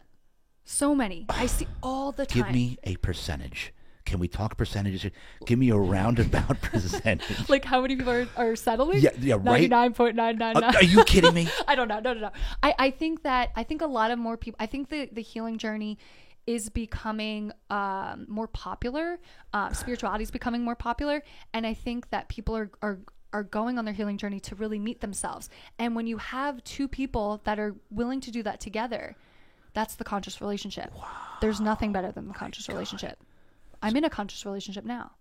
So many. I see all the time.
Give me a percentage. Can we talk percentages? Give me a roundabout percentage.
like how many people are, are settling?
Yeah, yeah, right?
Ninety-nine point nine nine
Uh,
nine.
are you kidding me?
I don't know. No, no, no. I, I think that I think a lot of more people. I think the the healing journey is becoming um, more popular. Uh, Spirituality is becoming more popular, and I think that people are are are going on their healing journey to really meet themselves. And when you have two people that are willing to do that together, that's the conscious relationship. There's nothing better than the conscious relationship. I'm in a conscious relationship now.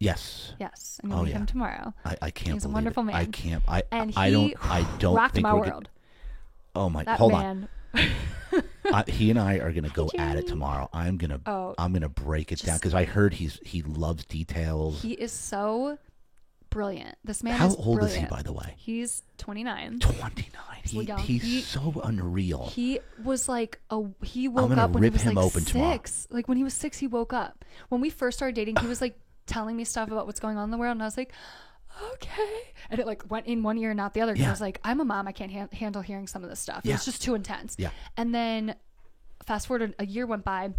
Yes.
Yes, I'm gonna
Oh,
meet
yeah.
him tomorrow.
I, I can't
He's a
believe
wonderful
it. I
man.
can't. I,
And
I
he
don't, I don't
rocked
think
my
we're gonna-
world.
oh my,
That
hold on.
man.
I, he and I are gonna go at it
Jamie.
tomorrow. I'm gonna
Oh.
I'm gonna break it down
Just-
because I heard he's he loves details.
He is so brilliant. This man.
How
is
old is he,
brilliant.
by the way?
He's 29.
Twenty nine. He,
young.
he's
He-
so unreal.
He was like a he woke
gonna
up when
rip
he was
him
like
open tomorrow.
six. Like when he was six, he woke up. When we first started dating, he was like telling me stuff about what's going on in the world, and I was like, okay. And it like went in one ear and out the other. 'cause
Yeah.
I was like, I'm a mom. I can't han- handle hearing some of this stuff. It
Yeah.
was just too intense.
Yeah.
And then fast forward a year went by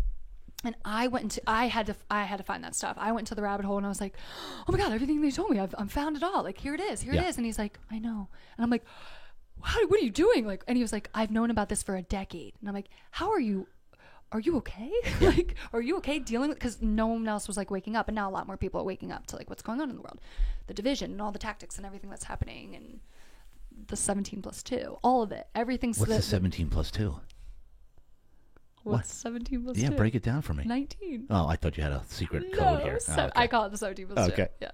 and I went into I had to I had to find that stuff. I went to the rabbit hole and I was like, "Oh my god, everything they told me, I've, I've found it all. Like here it is, here
Yeah.
it is." And he's like, "I know," and I'm like, "How? What are you doing?" Like, and he was like, "I've known about this for a decade," and I'm like, "How are you?" are you okay? like, are you okay dealing with? Because no one else was like waking up, and now a lot more people are waking up to like what's going on in the world, the division and all the tactics and everything that's happening, and the seventeen plus two, all of it, everything's
What's
the-
the 17 plus 2?
what's seventeen plus
Yeah,
two?
break it down for me.
nineteen.
Oh, I thought you had a secret code
no,
here. Oh,
so-
okay.
I call it the seventeen plus
Okay.
two. Yeah,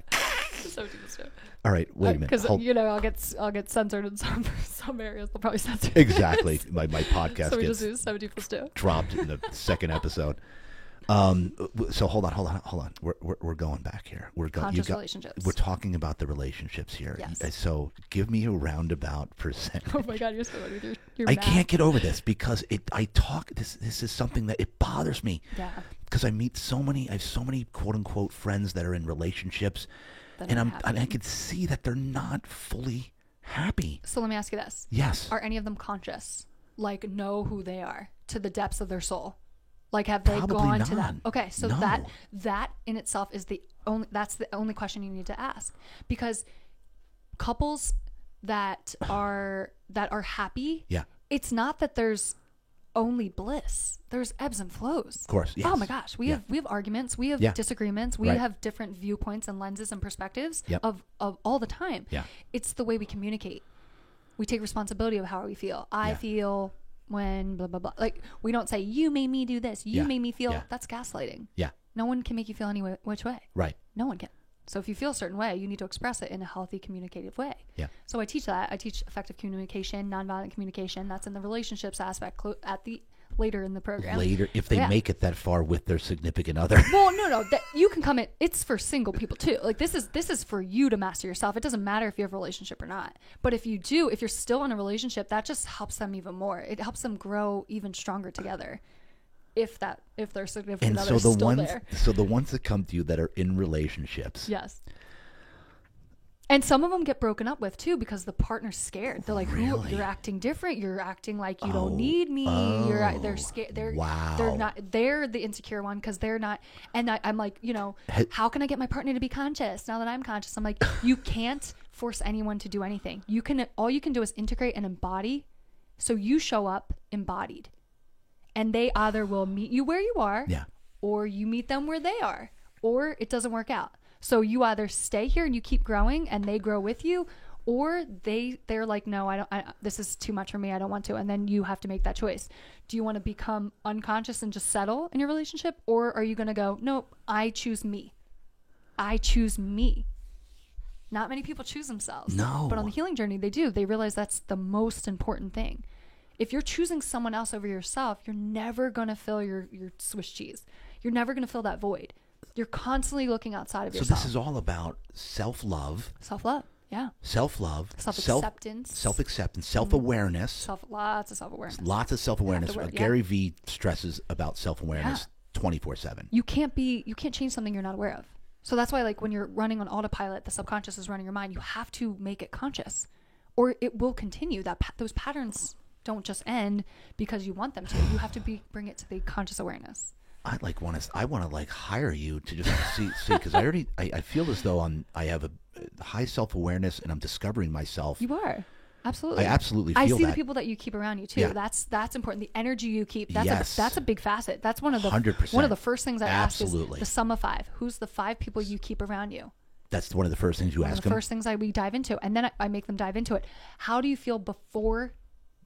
the seventeen plus two.
All right, wait a minute.
Because
Hold-
you know I'll get s- I'll get censored in some some areas. They'll probably censor this.
exactly. My, my podcast
so we
gets
just use seventy plus two.
dropped in the second episode. Um, w- so hold on, hold on, hold on. We're, we're, we're going back here. We're going.
Conscious relationships.
We're talking about the relationships here.
Yes.
Uh, So give me a roundabout percent.
Oh my god, you're so good with your, your
I
math.
can't get over this because it. I talk. This this is something that it bothers me.
Yeah.
Because I meet so many. I have so many quote unquote friends that are in relationships,
That
and
are
I'm and I
happy.
can see that they're not fully happy.
So let me ask you this:
Yes.
Are any of them conscious? Like know who they are to the depths of their soul? Like have they
Probably
gone to that?
none.
Okay, so that
No.
that in itself is the only that's the only question you need to ask because couples that are that are happy,
Yeah.
it's not that there's only bliss. There's ebbs and flows. Of
course,
Oh
yes.
my gosh, we
Yeah.
have we have arguments, we have
Yeah.
disagreements, we
Right.
have different viewpoints and lenses and perspectives
Yep.
of of all the time.
Yeah.
It's the way we communicate. We take responsibility of how we feel. I
Yeah.
feel when blah blah blah. Like we don't say you made me do this, you
Yeah.
made me feel.
Yeah.
That's gaslighting.
Yeah.
No one can make you feel any way, which way.
Right.
No one can. So if you feel a certain way, you need to express it in a healthy, communicative way.
Yeah.
So I teach that. I teach effective communication, nonviolent communication. That's in the relationships aspect clo- at the later in the program.
Later, if they
Yeah.
make it that far with their significant other.
Well, no, no, that you can come in. It's for single people too. Like this is this is for you to master yourself. It doesn't matter if you have a relationship or not. But if you do, if you're still in a relationship, that just helps them even more. It helps them grow even stronger together. If that, if their significant
and
other
so
is
the
still
ones
there,
so the ones that come to you that are in relationships
yes. And some of them get broken up with too because the partner's scared. They're like, "Who-
Really?
"You're acting different. You're acting like you
Oh.
don't need me. You're act-
Oh.
they're scared. They're
Wow.
they're not. They're the insecure one because they're not. And I, I'm like, you know,
Ha-
how can I get my partner to be conscious now that I'm conscious? I'm like, you can't force anyone to do anything. You can all you can do is integrate and embody. So you show up embodied, and they either will meet you where you are,
yeah
or you meet them where they are, or it doesn't work out. So you either stay here and you keep growing and they grow with you, or they they're like, no, I don't. I, this is too much for me. I don't want to. And then you have to make that choice. Do you want to become unconscious and just settle in your relationship, or are you going to go, nope, I choose me. I choose me. Not many people choose themselves.
No.
But on the healing journey, they do. They realize that's the most important thing. If you're choosing someone else over yourself, you're never going to fill your, your Swiss cheese. You're never going to fill that void. You're constantly looking outside of
so
yourself.
this is all about self-love
self love. Yeah.
self-love self-
Self-acceptance. Mm-hmm.
self-acceptance self-awareness
Self lots of self awareness.
lots of self-awareness
Afterward,
Uh,
yeah.
gary vee stresses about self-awareness 24-7
you can't be you can't change something you're not aware of so that's why like when you're running on autopilot the subconscious is running your mind you have to make it conscious or it will continue that pa- those patterns don't just end because you want them to you have to be bring it to the conscious awareness
i like want to i want to like hire you to just see see because i already I, I feel as though i'm i have a uh, high self-awareness and i'm discovering myself
you are absolutely
I absolutely
i
feel
see
that.
the people that you keep around you too
Yeah.
that's that's important the energy you keep that's
Yes.
a, that's a big facet that's one of the
100%.
one of the first things i
Absolutely.
ask is the sum of five who's the five people you keep around you
that's one of the first things you
one
ask
of the
him
first things I we dive into, and then I, I make them dive into it. How do you feel before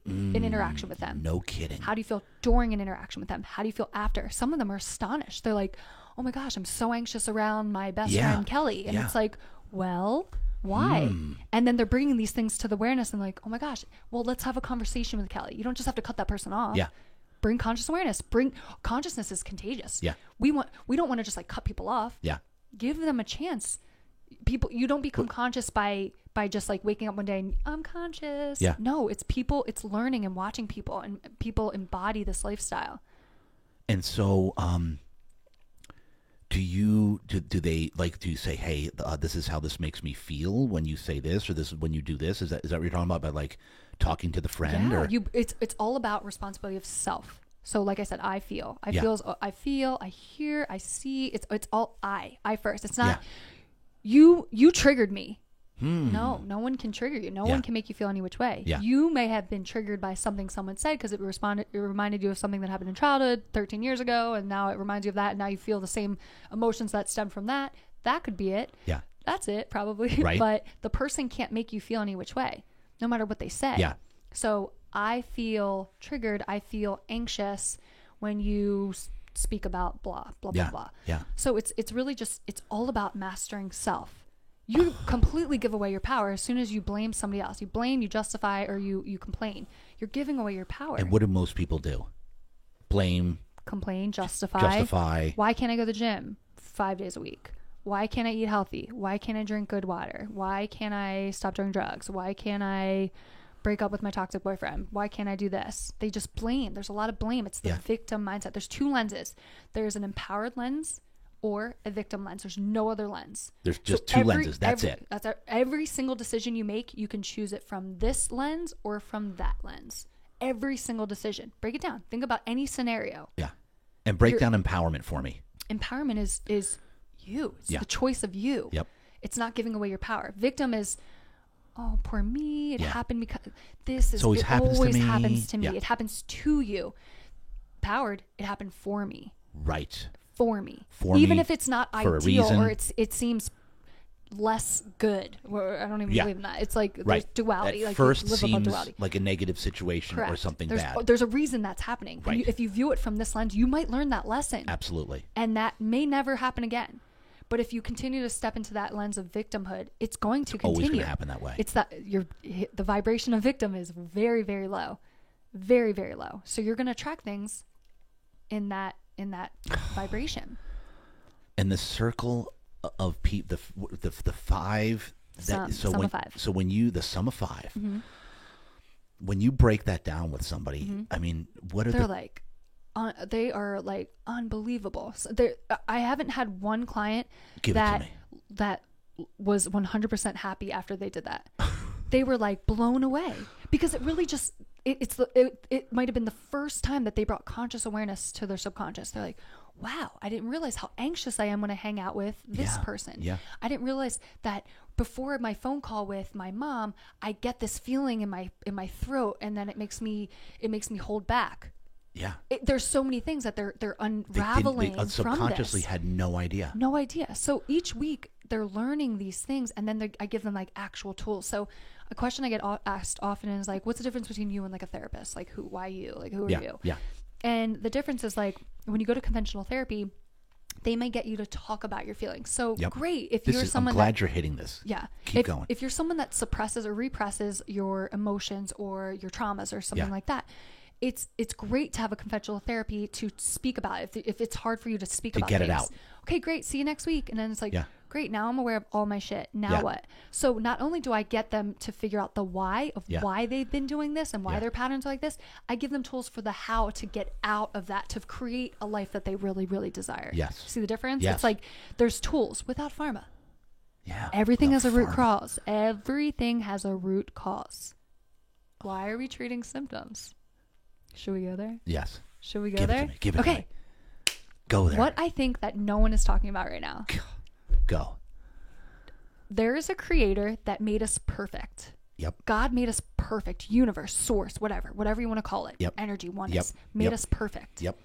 Mm.
an interaction with them?
no kidding
How do you feel during an interaction with them? How do you feel after? Some of them are astonished. They're like, "Oh my gosh, I'm so anxious around my best
Yeah.
friend Kelly," and
Yeah. Hmm.
it's like, "Well." Why? And then they're bringing these things to the awareness and like, oh my gosh, well, let's have a conversation with Kelly. You don't just have to cut that person off
Yeah.
bring conscious awareness bring consciousness is contagious
Yeah.
we want we don't want to just like cut people off
Yeah.
give them a chance people you don't become conscious by by just like waking up one day and i'm conscious
Yeah.
no it's people it's learning and watching people and people embody this lifestyle
And so, um, do you do, do they like do you say, hey, uh, this is how this makes me feel when you say this, or this is when you do this? Is that is that what you're talking about by like talking to the friend?
yeah
or
you it's it's all about responsibility of self so like i said i feel i
Yeah.
feel as- i feel i hear i see it's it's all i i first it's not
Yeah. Hmm.
you you triggered me No, no one can trigger you. No
Yeah.
one can make you feel any which way.
Yeah.
You may have been triggered by something someone said because it responded, it reminded you of something that happened in childhood 13 years ago, and now it reminds you of that, and now you feel the same emotions that stem from that. That could be it.
Yeah.
That's it, probably.
Right.
but the person can't make you feel any which way, no matter what they say.
Yeah.
So I feel triggered. I feel anxious when you s- speak about blah blah
Yeah.
blah blah.
Yeah.
So it's it's really just it's all about mastering self. You completely give away your power as soon as you blame somebody else. You blame, you justify, or you you complain. You're giving away your power.
And what do most people do? Blame,
complain, justify.
justify.
Why can't I go to the gym five days a week? Why can't I eat healthy? Why can't I drink good water? Why can't I stop doing drugs? Why can't I break up with my toxic boyfriend? Why can't I do this? They just blame. There's a lot of blame. It's the
Yeah.
victim mindset. There's two lenses. There's an empowered lens or a victim lens. There's no other lens.
There's
So
just two
every-
lenses. That's
every-
it.
That's our, every single decision you make, you can choose it from this lens or from that lens. Every single decision. Break it down. Think about any scenario
Yeah. And break down empowerment for me.
empowerment is is you. It's
Yeah.
the choice of you.
Yep.
It's not giving away your power. Victim is oh poor me. It
Yeah.
happened because this is
always
it
happens to
always
me.
happens to me.
Yeah.
It happens to you. Powered, it happened for me.
Right.
For me.
For
Even
me,
if it's not
for a
ideal
reason.
or it's it seems less good. Or I don't even
Yeah.
believe in that. It's like there's
Right.
duality.
At
like
first
live above
seems
duality.
like a negative situation or
Correct.
something
there's,
bad.
There's a reason that's happening.
Right.
You, if you view it from this lens, you might learn that lesson
Absolutely.
and that may never happen again. But if you continue to step into that lens of victimhood, it's going to continue.
always gonna happen that way.
It's that your the vibration of victim is very very low, very very low. So you're going to attract things in that in that vibration.
and the circle of people, the, the the five. That,
Sum-
so
sum of
when
five. Mm-hmm.
so when you the sum of 5 when you break that down with somebody, I mean, what are
Mm-hmm. They're
the
like, un, they are like unbelievable. So they're- I haven't had one client
Give it to
that
me.
that was 100% happy after they did that. they were like blown away because it really just it, it's the it, it might have been the first time that they brought conscious awareness to their subconscious. They're like, wow, I didn't realize how anxious I am when I hang out with this
Yeah,
person.
yeah.
I didn't realize that before my phone call with my mom, I get this feeling in my in my throat, and then it makes me it makes me hold back.
yeah
It, there's so many things that they're they're
They didn't-
unraveling
they subconsciously
from this.
had no idea.
No idea. So each week they're learning these things, and then they- I give them like actual tools. So a question I get o- asked often is like, "What's the difference between you and like a therapist? Like, who? Why you? Like, who are
Yeah,
you?"
yeah,
And the difference is like when you go to conventional therapy, they may get you to talk about your feelings. So
Yep.
great if
This
you're
is, I'm
someone
glad
that
you're hitting this.
yeah.
Keep
if,
going.
If you're someone that suppresses or represses your emotions or your traumas or something
Yeah.
like that, it's it's great to have a conventional therapy to speak about it. If, if it's hard for you to speak about
get it
things.
out.
Okay, great. See you next week. And then it's like,
Yeah.
great. Now I'm aware of all my shit. Now
Yeah.
what? So not only do I get them to figure out the why of
Yeah.
why they've been doing this and why
Yeah.
their patterns are like this, I give them tools for the how to get out of that to create a life that they really, really desire.
Yes.
See the difference?
Yes.
It's like there's tools without pharma.
yeah,
Everything
the
has a root
farm.
cause. Everything has a root cause. Why are we treating symptoms? Should we go there?
Yes,
Should we go
Give it to
there?
me, give it to
okay.
me. go there.
What I think that no one is talking about right now.
Go.
There is a creator that made us perfect.
Yep.
God made us perfect. Universe, source, whatever, whatever you want to call it.
Yep.
Energy, oneness,
Yep.
made
Yep.
us perfect.
Yep.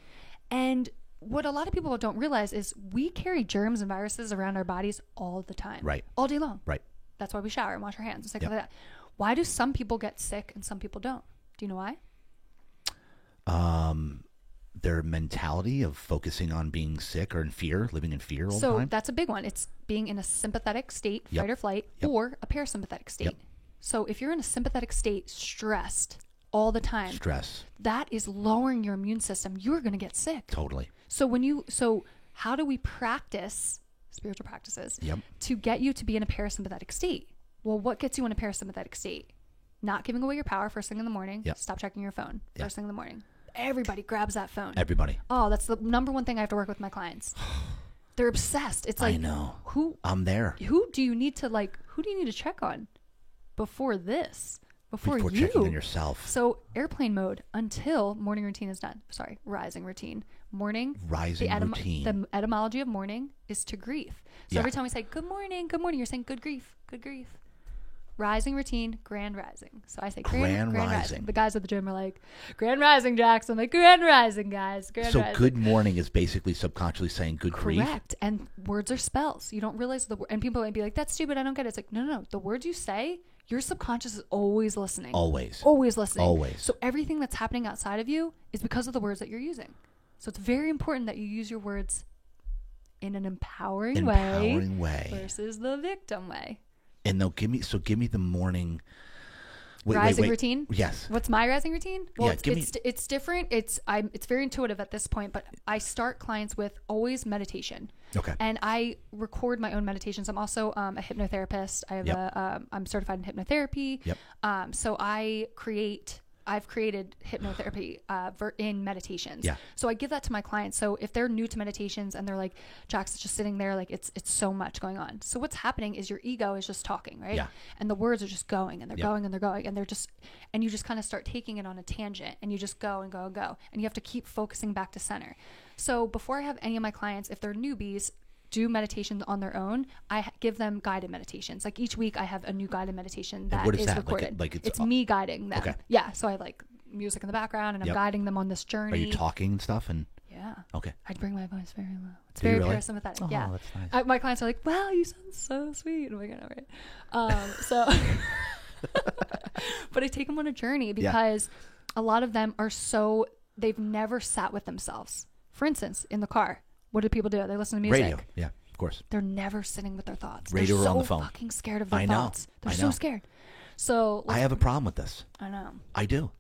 And what a lot of people don't realize is we carry germs and viruses around our bodies all the time.
Right.
All day long.
Right.
That's why we shower and wash our hands and stuff
Yep.
like that. Why do some people get sick and some people don't? Do you know why?
Their mentality of focusing on being sick or in fear, living in fear all the
So
time.
that's a big one. It's being in a sympathetic state,
Yep.
fight or flight,
Yep.
or a parasympathetic state. So if you're in a sympathetic state, stressed all the time,
Stress.
that is lowering your immune system. You're going to get sick.
Totally.
So when you so how do we practice spiritual practices
Yep.
to get you to be in a parasympathetic state? Well, what gets you in a parasympathetic state? Not giving away your power first thing in the morning.
Yep.
Stop checking your phone
Yeah.
first thing in the morning. Everybody grabs that phone.
Everybody.
oh, that's the number one thing I have to work with my clients. They're obsessed. It's like
I know.
who
I'm there.
who do you need to like who do you need to check on before this? Before,
Before
you
checking in yourself.
so airplane mode until morning routine is done. Sorry, rising routine. Morning.
Rising
the
routine.
The etymology of morning is to grief. So
Yeah.
every time we say good morning, good morning, you're saying good grief, good grief. Rising routine, grand rising. So I say grand,
Grand
grand, rising.
rising.
The guys at the gym are like, grand rising, Jax. I'm like, grand rising, guys. Grand
So
rising.
good morning is basically subconsciously saying good grief.
Correct. And words are spells. You don't realize the word. And people might be like, that's stupid. I don't get it. It's like, no, no, no. The words you say, your subconscious is always listening.
Always.
Always listening.
Always.
So everything that's happening outside of you is because of the words that you're using. So it's very important that you use your words in an empowering, way
Empowering way.
versus the victim way.
And they'll give me so give me the morning wait, wait,
rising
wait.
routine?
Yes.
What's my rising routine? Well,
Yeah,
it's,
give me-
it's, it's different. It's I'm it's very intuitive at this point, but I start clients with always meditation.
Okay.
And I record my own meditations. I'm also um, a hypnotherapist. I have
Yep.
a um, I'm certified in hypnotherapy.
Yep.
Um, so I create. I've created hypnotherapy uh, ver- in meditations.
Yeah.
So I give that to my clients. So if they're new to meditations and they're like, "Jack's just sitting there, like it's it's so much going on." So what's happening is your ego is just talking, right?
Yeah.
And the words are just going and they're
Yep.
going and they're going and they're just and you just kind of start taking it on a tangent and you just go and go and go and you have to keep focusing back to center. So before I have any of my clients, if they're newbies, do meditations on their own. I h- give them guided meditations. Like each week, I have a new guided meditation that is
what is that? Like a-
recorded.
like it's
it's,
a-
me guiding them.
Okay.
Yeah. So I have like music in the background and I'm
Yep.
guiding them on this
Are
journey.
you talking and stuff? And
Yeah.
okay.
I'd bring my voice very low. It's
Do you
very
really?
parasympathetic.
Oh,
yeah.
that's nice.
I, my clients are like, "Wow, you sound so sweet." Oh my god, all right. Um, so, but I take them on a journey because a lot of them are so they've never sat with themselves. For instance, in the car, what do people do? They listen to music.
Radio. Yeah, of course.
They're never sitting with their thoughts.
Radio
They're
or
so
on the phone.
Fucking scared of their
I know.
thoughts. They're
I know.
so scared. So
I
I,
have a problem with this.
I know
I do.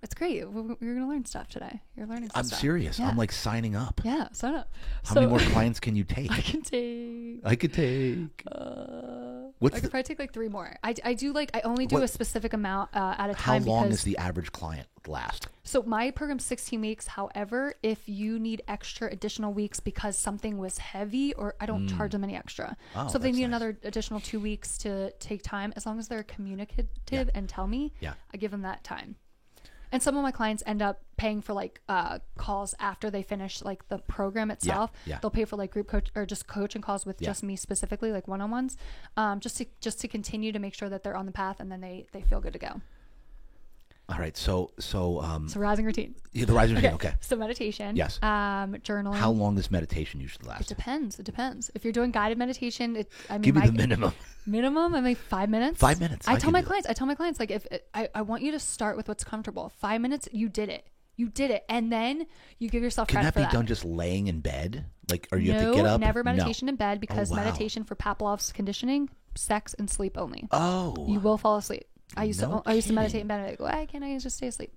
it's great. We- we- We're gonna learn stuff today. You're learning. Some
I'm
stuff.
serious.
Yeah.
I'm like signing up.
yeah. Sign up.
How
so
many more clients can you take?
I can take.
I could take.
Uh,
What's
I could
the-
probably take like three more. I, I do like I only do
What-
a specific amount uh, at a
How
time.
long
because,
does the average client last?
So my program's 16 weeks. However, if you need extra additional weeks because something was heavy, or I don't charge them any extra,
Hmm. Oh,
so if they
that's
need
nice.
another additional two weeks to take time, as long as they're communicative and tell me,
Yeah.
I give them that time. And some of my clients end up paying for like uh, calls after they finish like the program itself.
yeah.
They'll pay for like group coach or just coaching calls with just me specifically, like one on ones, um, just to just to continue to make sure that they're on the path and then they they feel good to go.
All right. So so um
So rising routine.
yeah, the rising routine. Okay.
So meditation.
Yes.
Um, journaling.
How long does meditation usually
It
last?
depends. It depends. If you're doing guided meditation, it, I mean,
Give me
my-
the minimum.
minimum. I mean, five minutes.
Five minutes.
I,
I
tell
can
my
do that.
clients. I tell my clients like, if I, I want you to start with what's comfortable. Five minutes. You did it. You did it, and then you give yourself
Can
credit
that
for
be
that.
done just laying in bed? Like, or you
no,
have to get up?
never
No. Oh,
meditation in bed because
wow.
meditation for Pavlov's conditioning, sex and sleep only.
Oh.
You will fall asleep. I used
No
to I used to
kidding.
meditate in bed. Like, why can't I just stay asleep?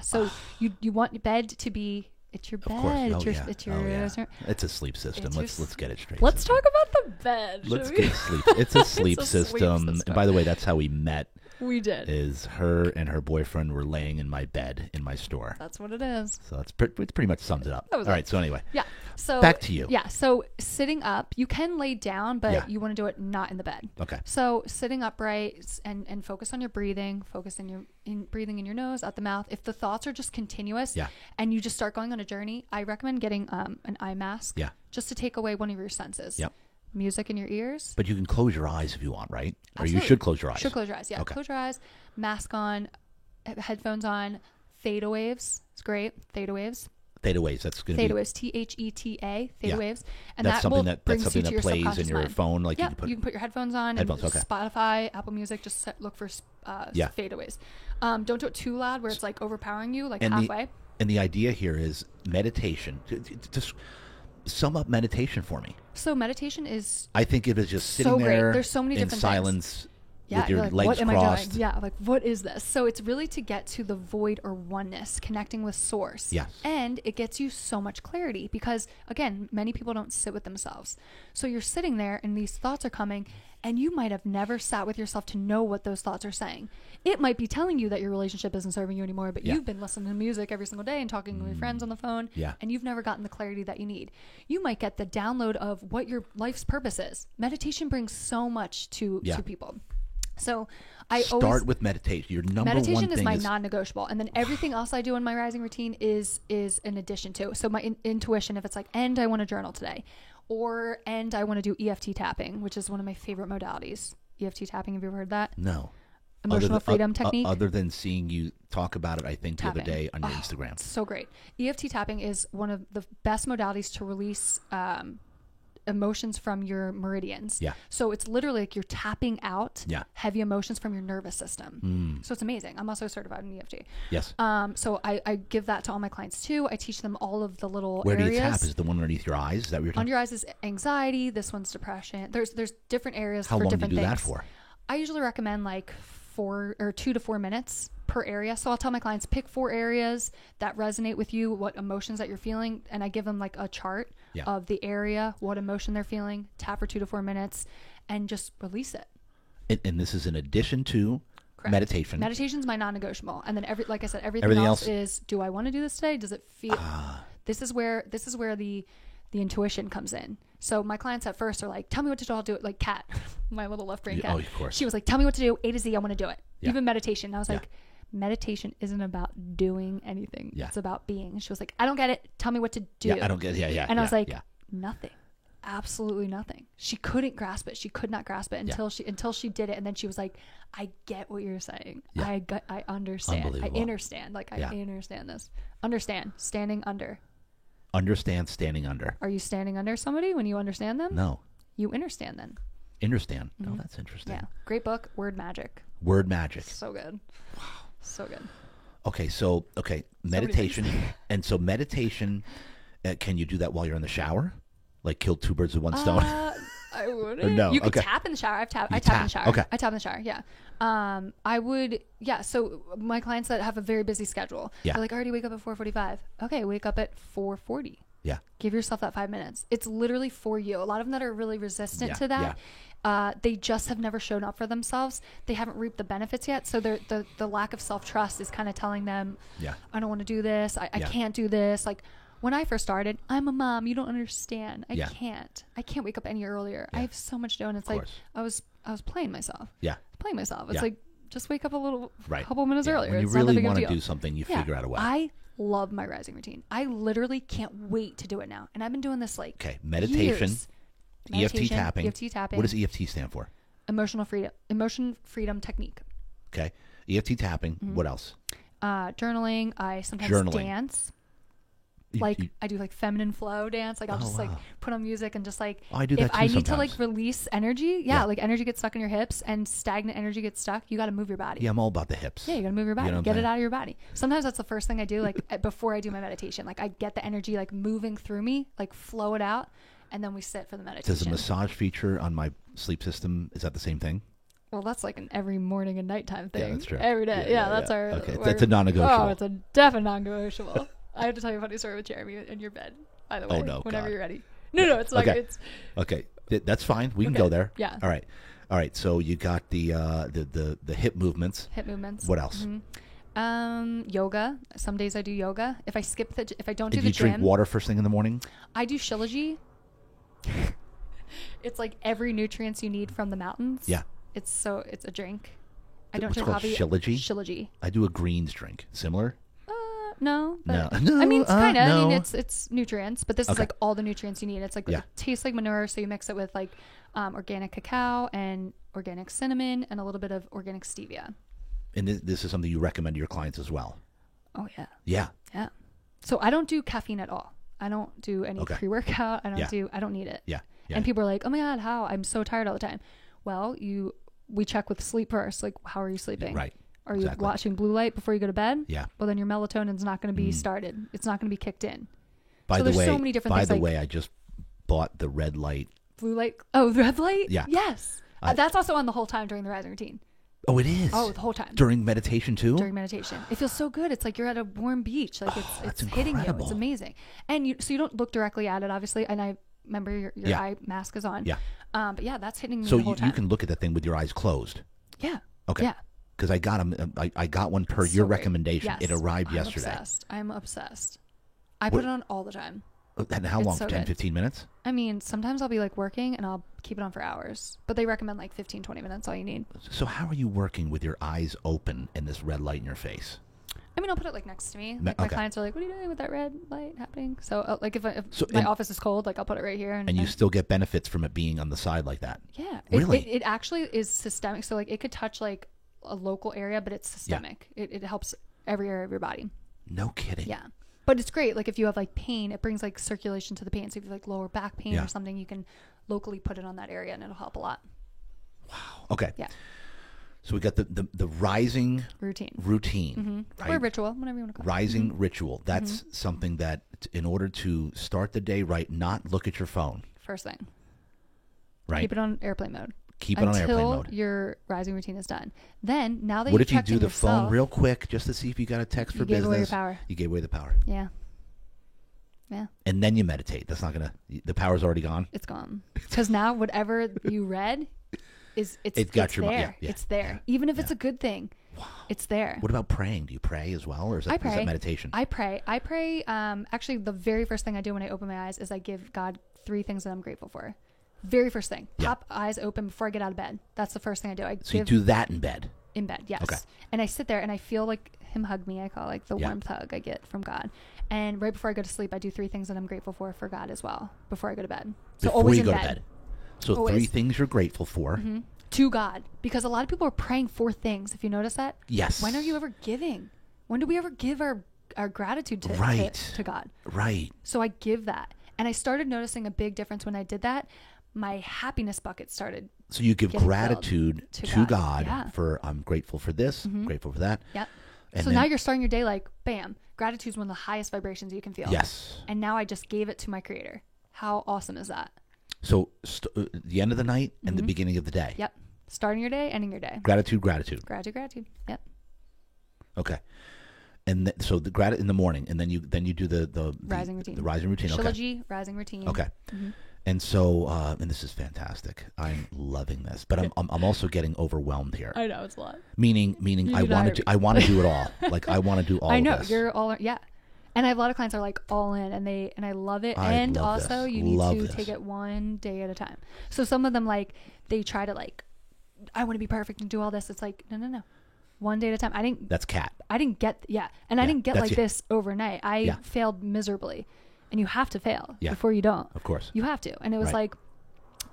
So you you want bed to be it's your
of course.
bed.
oh,
It's your
yeah.
it's your.
oh, yeah. It's a sleep system.
It's your
let's let's get it straight.
Let's
sister.
talk about the bed. shall
Let's
we?
get sleep. It's a sleep
a sleep
system.
system.
And by the way, that's how we met.
We did.
Is her and her boyfriend were laying in my bed in my store.
That's what it is.
So that's pre- it's pretty much sums it up.
That
All
was
right.
it.
So anyway,
Yeah. So
Back to you.
Yeah. So sitting up, you can lay down, but
Yeah.
you want to do it not in the bed.
okay.
So sitting upright s- and and focus on your breathing. Focus in your in breathing in your nose, out the mouth. If the thoughts are just continuous,
Yeah.
and you just start going on a journey, I recommend getting um an eye mask.
Yeah.
Just to take away one of your senses.
Yep.
Music in your ears.
But you can close your eyes if you want, right? Or you
Absolutely.
should close your eyes.
Should close your eyes. Yeah,
Okay.
close your eyes. Mask on, he- headphones on. Theta waves. It's great. Theta waves.
Theta waves. That's going to
Theta
be.
waves. T H E T A. Theta
Yeah.
waves. And
That's
that will
something that that's
brings
something
you to
that
your
plays in
subconscious
your
mind.
phone. Like
yeah,
you can put.
your headphones on
Headphones,
and
okay.
Spotify, Apple Music. Just set, look for uh,
Yeah.
fadeaways. Um, don't do it too loud where it's like overpowering you, like
and
halfway.
the and the idea here is meditation. T- t- t- Just sum up meditation for me.
so meditation is
I think it is just
So
sitting
great.
there
There's so many
in
different things.
silence
yeah,
with
you're
your
like,
legs
what am
crossed.
I doing? Yeah, like what is this? So it's really to get to the void or oneness, connecting with source.
Yes.
And it gets you so much clarity because again, many people don't sit with themselves. So you're sitting there and these thoughts are coming and you might have never sat with yourself to know what those thoughts are saying. It might be telling you that your relationship isn't serving you anymore, but
Yeah. Mm.
you've been listening to music every single day and talking to your friends on the phone
Yeah.
and you've never gotten the clarity that you need. You might get the download of what your life's purpose is. Meditation brings so much to
Yeah.
to people. So I
Start
always
with meditation. Your number one
meditation
thing
is my non-negotiable, and then everything else I do in my rising routine is is an addition to. So my in- intuition, if it's like, and E I want to journal today, or and I want to do EFT tapping, which is one of my favorite modalities. EFT tapping. Have you ever heard that?
No. Other
Emotional
than-
freedom
o- uh, o-
technique.
Other than seeing you talk about it, I think the other
Tapping.
day on your Instagram.
So great. EFT tapping is one of the best modalities to release um, emotions from your meridians.
Yeah.
So it's literally like you're tapping out
Yeah. Hmm.
heavy emotions from your nervous system. So it's amazing. I'm also certified in E EFT.
Yes.
Um, so I, I give that to all my clients too. I teach them all of the little
Where
areas.
do you tap? Is it the one underneath your eyes? Is that what you're
on
talking?
your eyes is anxiety. This one's depression. There's there's different areas
How
for
long do you
different
do
things.
that for?
I usually recommend like four or two to four minutes per area. So I'll tell my clients pick four areas that resonate with you, what emotions that you're feeling, and I give them like a chart
Yeah.
of the area, what emotion they're feeling. Tap for two to four minutes, and just release it.
And, and this is in addition to
Correct.
meditation.
Meditation's my non-negotiable, and then every like I said, everything,
Everything
else,
else- Ah.
is do I want to do this today? Does it feel? This is where this is where the the intuition comes in. So my clients at first are like, "Tell me what to do. I'll do it." Like Kat, my little left brain
Yeah,
cat.
oh, of course.
She was like, "Tell me what to do. A to Z. I want to do it."
Yeah.
Even meditation. And I was
Yeah.
like, "Meditation isn't about doing anything.
Yeah.
It's about being." And she was like, "I don't get it. Tell me what to do."
yeah, I don't get. Yeah, yeah.
And I
yeah,
was like,
yeah.
nothing. Absolutely nothing. She couldn't grasp it. She could not grasp it until she until she did it, and then she was like, "I get what you're saying.
Yeah.
I got, I understand. I
Unbelievable.
understand. Like I
Yeah.
understand this. Understand. Standing under.
understand standing under.
Are you standing under somebody when you understand them?
No,
You understand them.
understand. No, that's interesting.
Mm-hmm. Yeah. Great book. Word magic.
Word magic.
So good. So good.
Okay, so okay, meditation, and so meditation. Uh, can you do that while you're in the shower? Like kill two birds with one stone.
Uh, I wouldn't.
no,
You can
okay.
tap in the shower. I've tapped. I tap, in the
tap,
shower.
okay.
I tap in the shower. Yeah. Um, I would. Yeah. So my clients that have a very busy schedule.
Yeah.
They're like, I already wake up at 4:45. Okay, wake up at 4:40.
yeah,
Give yourself that five minutes. It's literally for you. A lot of them that are really resistant
Yeah,
to that. Uh, they just have never shown up for themselves. They haven't reaped the benefits yet. So they're- the the lack of self trust is kind of telling them,
yeah,
I don't want to do this. I, I
Yeah.
can't do this. Like when I first started, I'm a mom. You don't understand. I
Yeah.
can't. I can't wake up any earlier. I have so much to do, and it's like
course.
I was I was playing myself.
yeah.
Playing myself. It's
Yeah.
like just wake up a little,
Right.
couple minutes
Yeah,
earlier.
When you
it's not that
really
big of
want
a
to
deal.
do something, you
yeah.
figure out a way.
I love my rising routine. I literally can't wait to do it now, and I've been doing this like
okay, meditation,
years.
EFT
Meditation,
E tapping.
EFT tapping.
What does EFT stand for?
emotional freedom, emotion freedom technique,
Okay, EFT tapping.
Mm-hmm.
What else?
uh, journaling. I sometimes
Journaling.
dance.
You-
like
you-
I do like feminine flow dance. Like I'll
Oh,
just like
wow.
put on music and just like
Oh, I do
if
that too
I need to like
sometimes.
release energy, yeah,
Yeah.
like energy gets stuck in your hips and stagnant energy gets stuck. You got to move your body.
yeah, I'm all about the hips.
Yeah, you gotta move your body.
what I'm
get
saying?
it out of your body. Sometimes that's the first thing I do, like at- before I do my meditation. Like I get the energy like moving through me, like flow it out, and then we sit for the
Does a
meditation.
massage feature on my sleep system is that the same thing?
well, that's like an every morning and nighttime thing.
that's true.
Every day.
Yeah,
Yeah,
yeah,
that's
yeah.
our.
Okay,
our-
that's a non-negotiable.
Oh, it's a definite non-negotiable. I have to tell you a funny story with Jeremy in your bed. By the way,
Oh, no,
whenever
God.
you're ready. No, no, it's like
Okay.
it's
Okay, Th- that's fine. We can go there.
Yeah.
All right. All right. So you got the uh, the, the the hip movements.
hip movements.
What else?
Um, yoga. Some days I do yoga. If I skip the, if I don't do
Did
the
you drink
gym,
water first thing in the morning?
I do Shilajit. it's like every nutrients you need from the mountains.
Yeah.
It's so it's a drink. I don't
What's it
drink
called?
coffee.
Shilajit?
Shilajit.
I do a greens drink. Similar.
Uh, no.
No.
But
No,
I mean, it's
uh,
kind of. I
no.
mean, it's it's nutrients, but this is
Okay.
like all the nutrients you need. It's like
Yeah.
it tastes like manure, so you mix it with like um, organic cacao and organic cinnamon and a little bit of organic stevia.
And this, this is something you recommend to your clients as well.
Oh yeah.
Yeah.
Yeah. So I don't do caffeine at all. I don't do any
Okay.
pre-workout. I don't
Yeah.
do. I don't need it.
Yeah. Yeah.
And people are like, "Oh my god, how? I'm so tired all the time." Well, you we check with sleep first. Like, how are you sleeping?
Right.
Are
Exactly.
you watching blue light before you go to bed?
Yeah. Mm.
Well, then your melatonin's not going to be started. It's not going to be kicked in.
By
so
the
there's
way,
so many different
by
things,
the
like-
way, I just bought the red light.
Blue light. Oh, red light.
Yeah.
Yes.
I-
Uh, That's also on the whole time during the rising routine.
Oh, it is.
Oh, the whole time
during meditation too.
during meditation. It feels so good. It's like you're at a warm beach. Like it's
that's
it's hitting you.
incredible.
It's amazing. And you so you don't look directly at it, obviously. And I remember your, your
Yeah.
eye mask is on.
Yeah.
Um, but yeah, that's hitting me
so
the whole
you,
time.
you can look at that thing with your eyes closed.
Yeah.
Okay.
Yeah.
Because I got 'em- um, I, I got one per your
So great.
recommendation.
Yes.
It arrived
I'm
yesterday.
Obsessed. I'm obsessed. I
What-
put it on all the time.
Oh, And how
It's
long?
so
10,
good.
15 minutes?
I mean, sometimes I'll be like working and I'll keep it on for hours, but they recommend like 15, 20 minutes, all you need.
So how are you working with your eyes open and this red light in your face?
I mean, I'll put it like next to me.
Ma-
Like my
okay.
clients are like, "What are you doing with that red light happening?" So, uh, like, if, I, if
So
my
in-
office is cold, like I'll put it right here. And,
and you still get benefits from it being on the side like that.
yeah,
Really?
it, it, it actually is systemic. So, like, it could touch like a local area, but it's systemic. It, it helps every area of your body.
No kidding.
Yeah. But it's great. Like if you have like pain, it brings like circulation to the pain. So if you have like lower back pain
Yeah.
or something, you can locally put it on that area and it'll help a lot.
Okay.
Yeah.
So we got the the, the rising
Routine
routine,
or
right?
ritual, whatever you want to call
rising ritual. That's
Mm-hmm.
something that t- in order to start the day right, not look at your phone,
it. First thing,
right?
keep it on airplane mode.
Keep it on
until
airplane mode.
your rising routine is done. Then now that
What
you've
if you
checked
do
in
the
yourself,
phone real quick just to see if you got a text
You
for
gave away your
business?
power.
You gave away the power.
Yeah, yeah,
And then you meditate. That's not going to, the power's already gone.
it's gone. Because now whatever you read is it's
It got
it's
your mi-
there.
yeah, yeah,
it's there. Even if it's a good thing, it's there.
What about praying? Do you pray as well? Or is that,
I
is that
pray.
meditation?
I pray. I pray. Um, actually, the very first thing I do when I open my eyes is I give God three things that I'm grateful for. Very first thing,
Yeah.
pop eyes open before I get out of bed. That's the first thing I do. I
so you
give
do that in bed.
in bed, yes.
Okay.
And I sit there and I feel like Him hug me. I call it, like the
Yeah.
warmth hug I get from God. And right before I go to sleep, I do three things that I'm grateful for for God as well before I go to bed. So
before
always
you
in
go
bed.
to bed. So three
Always. Mm-hmm.
things you're grateful for.
to God because a lot of people are praying for things. If you notice that,
Yes.
When are you ever giving? When do we ever give our our gratitude to, to-
Right.
to God?
Right.
So I give that. And I started noticing a big difference when I did that. My happiness bucket started.
So you give
Getting filled
gratitude
to
to,
God.
God,
Yeah.
for I'm grateful for this, grateful for that.
Yep.
And
so
then-
now you're starting your day like, bam, gratitude is one of the highest vibrations you can feel.
Yes.
And now I just gave it to my creator. How awesome is that?
So st- uh, the end of the night and the
Mm-hmm.
beginning of the day.
Yep. Starting your day, ending your day.
Gratitude, gratitude.
Gratitude, gratitude. Yep.
Okay. And th- so the grat in the morning, and then you then you do the the, the-
Rising routine.
The rising routine. Okay.
Trilogy, rising routine. Mm-hmm.
Okay. And so, uh, and this is fantastic. I'm loving this, but I'm, I'm I'm also getting overwhelmed here.
I know it's a lot.
meaning, meaning I
did
want
hire
to do, I want to do it all. like I want to do all.
I
of
know
this.
you're all yeah, and I have a lot of clients that are like all in, and they and I love it.
I
and
love
also,
this.
you need
Love
to
this.
take it one day at a time. So some of them like they try to like, I want to be perfect and do all this. It's like no, no, no, one day at a time. I didn't,
That's cat.
I didn't get yeah, and I
Yeah,
didn't get
that's
like
it.
this overnight. I
Yeah.
failed miserably, and you have to fail
Yeah.
before you don't.
Of course.
You have to. And it was
Right.
like,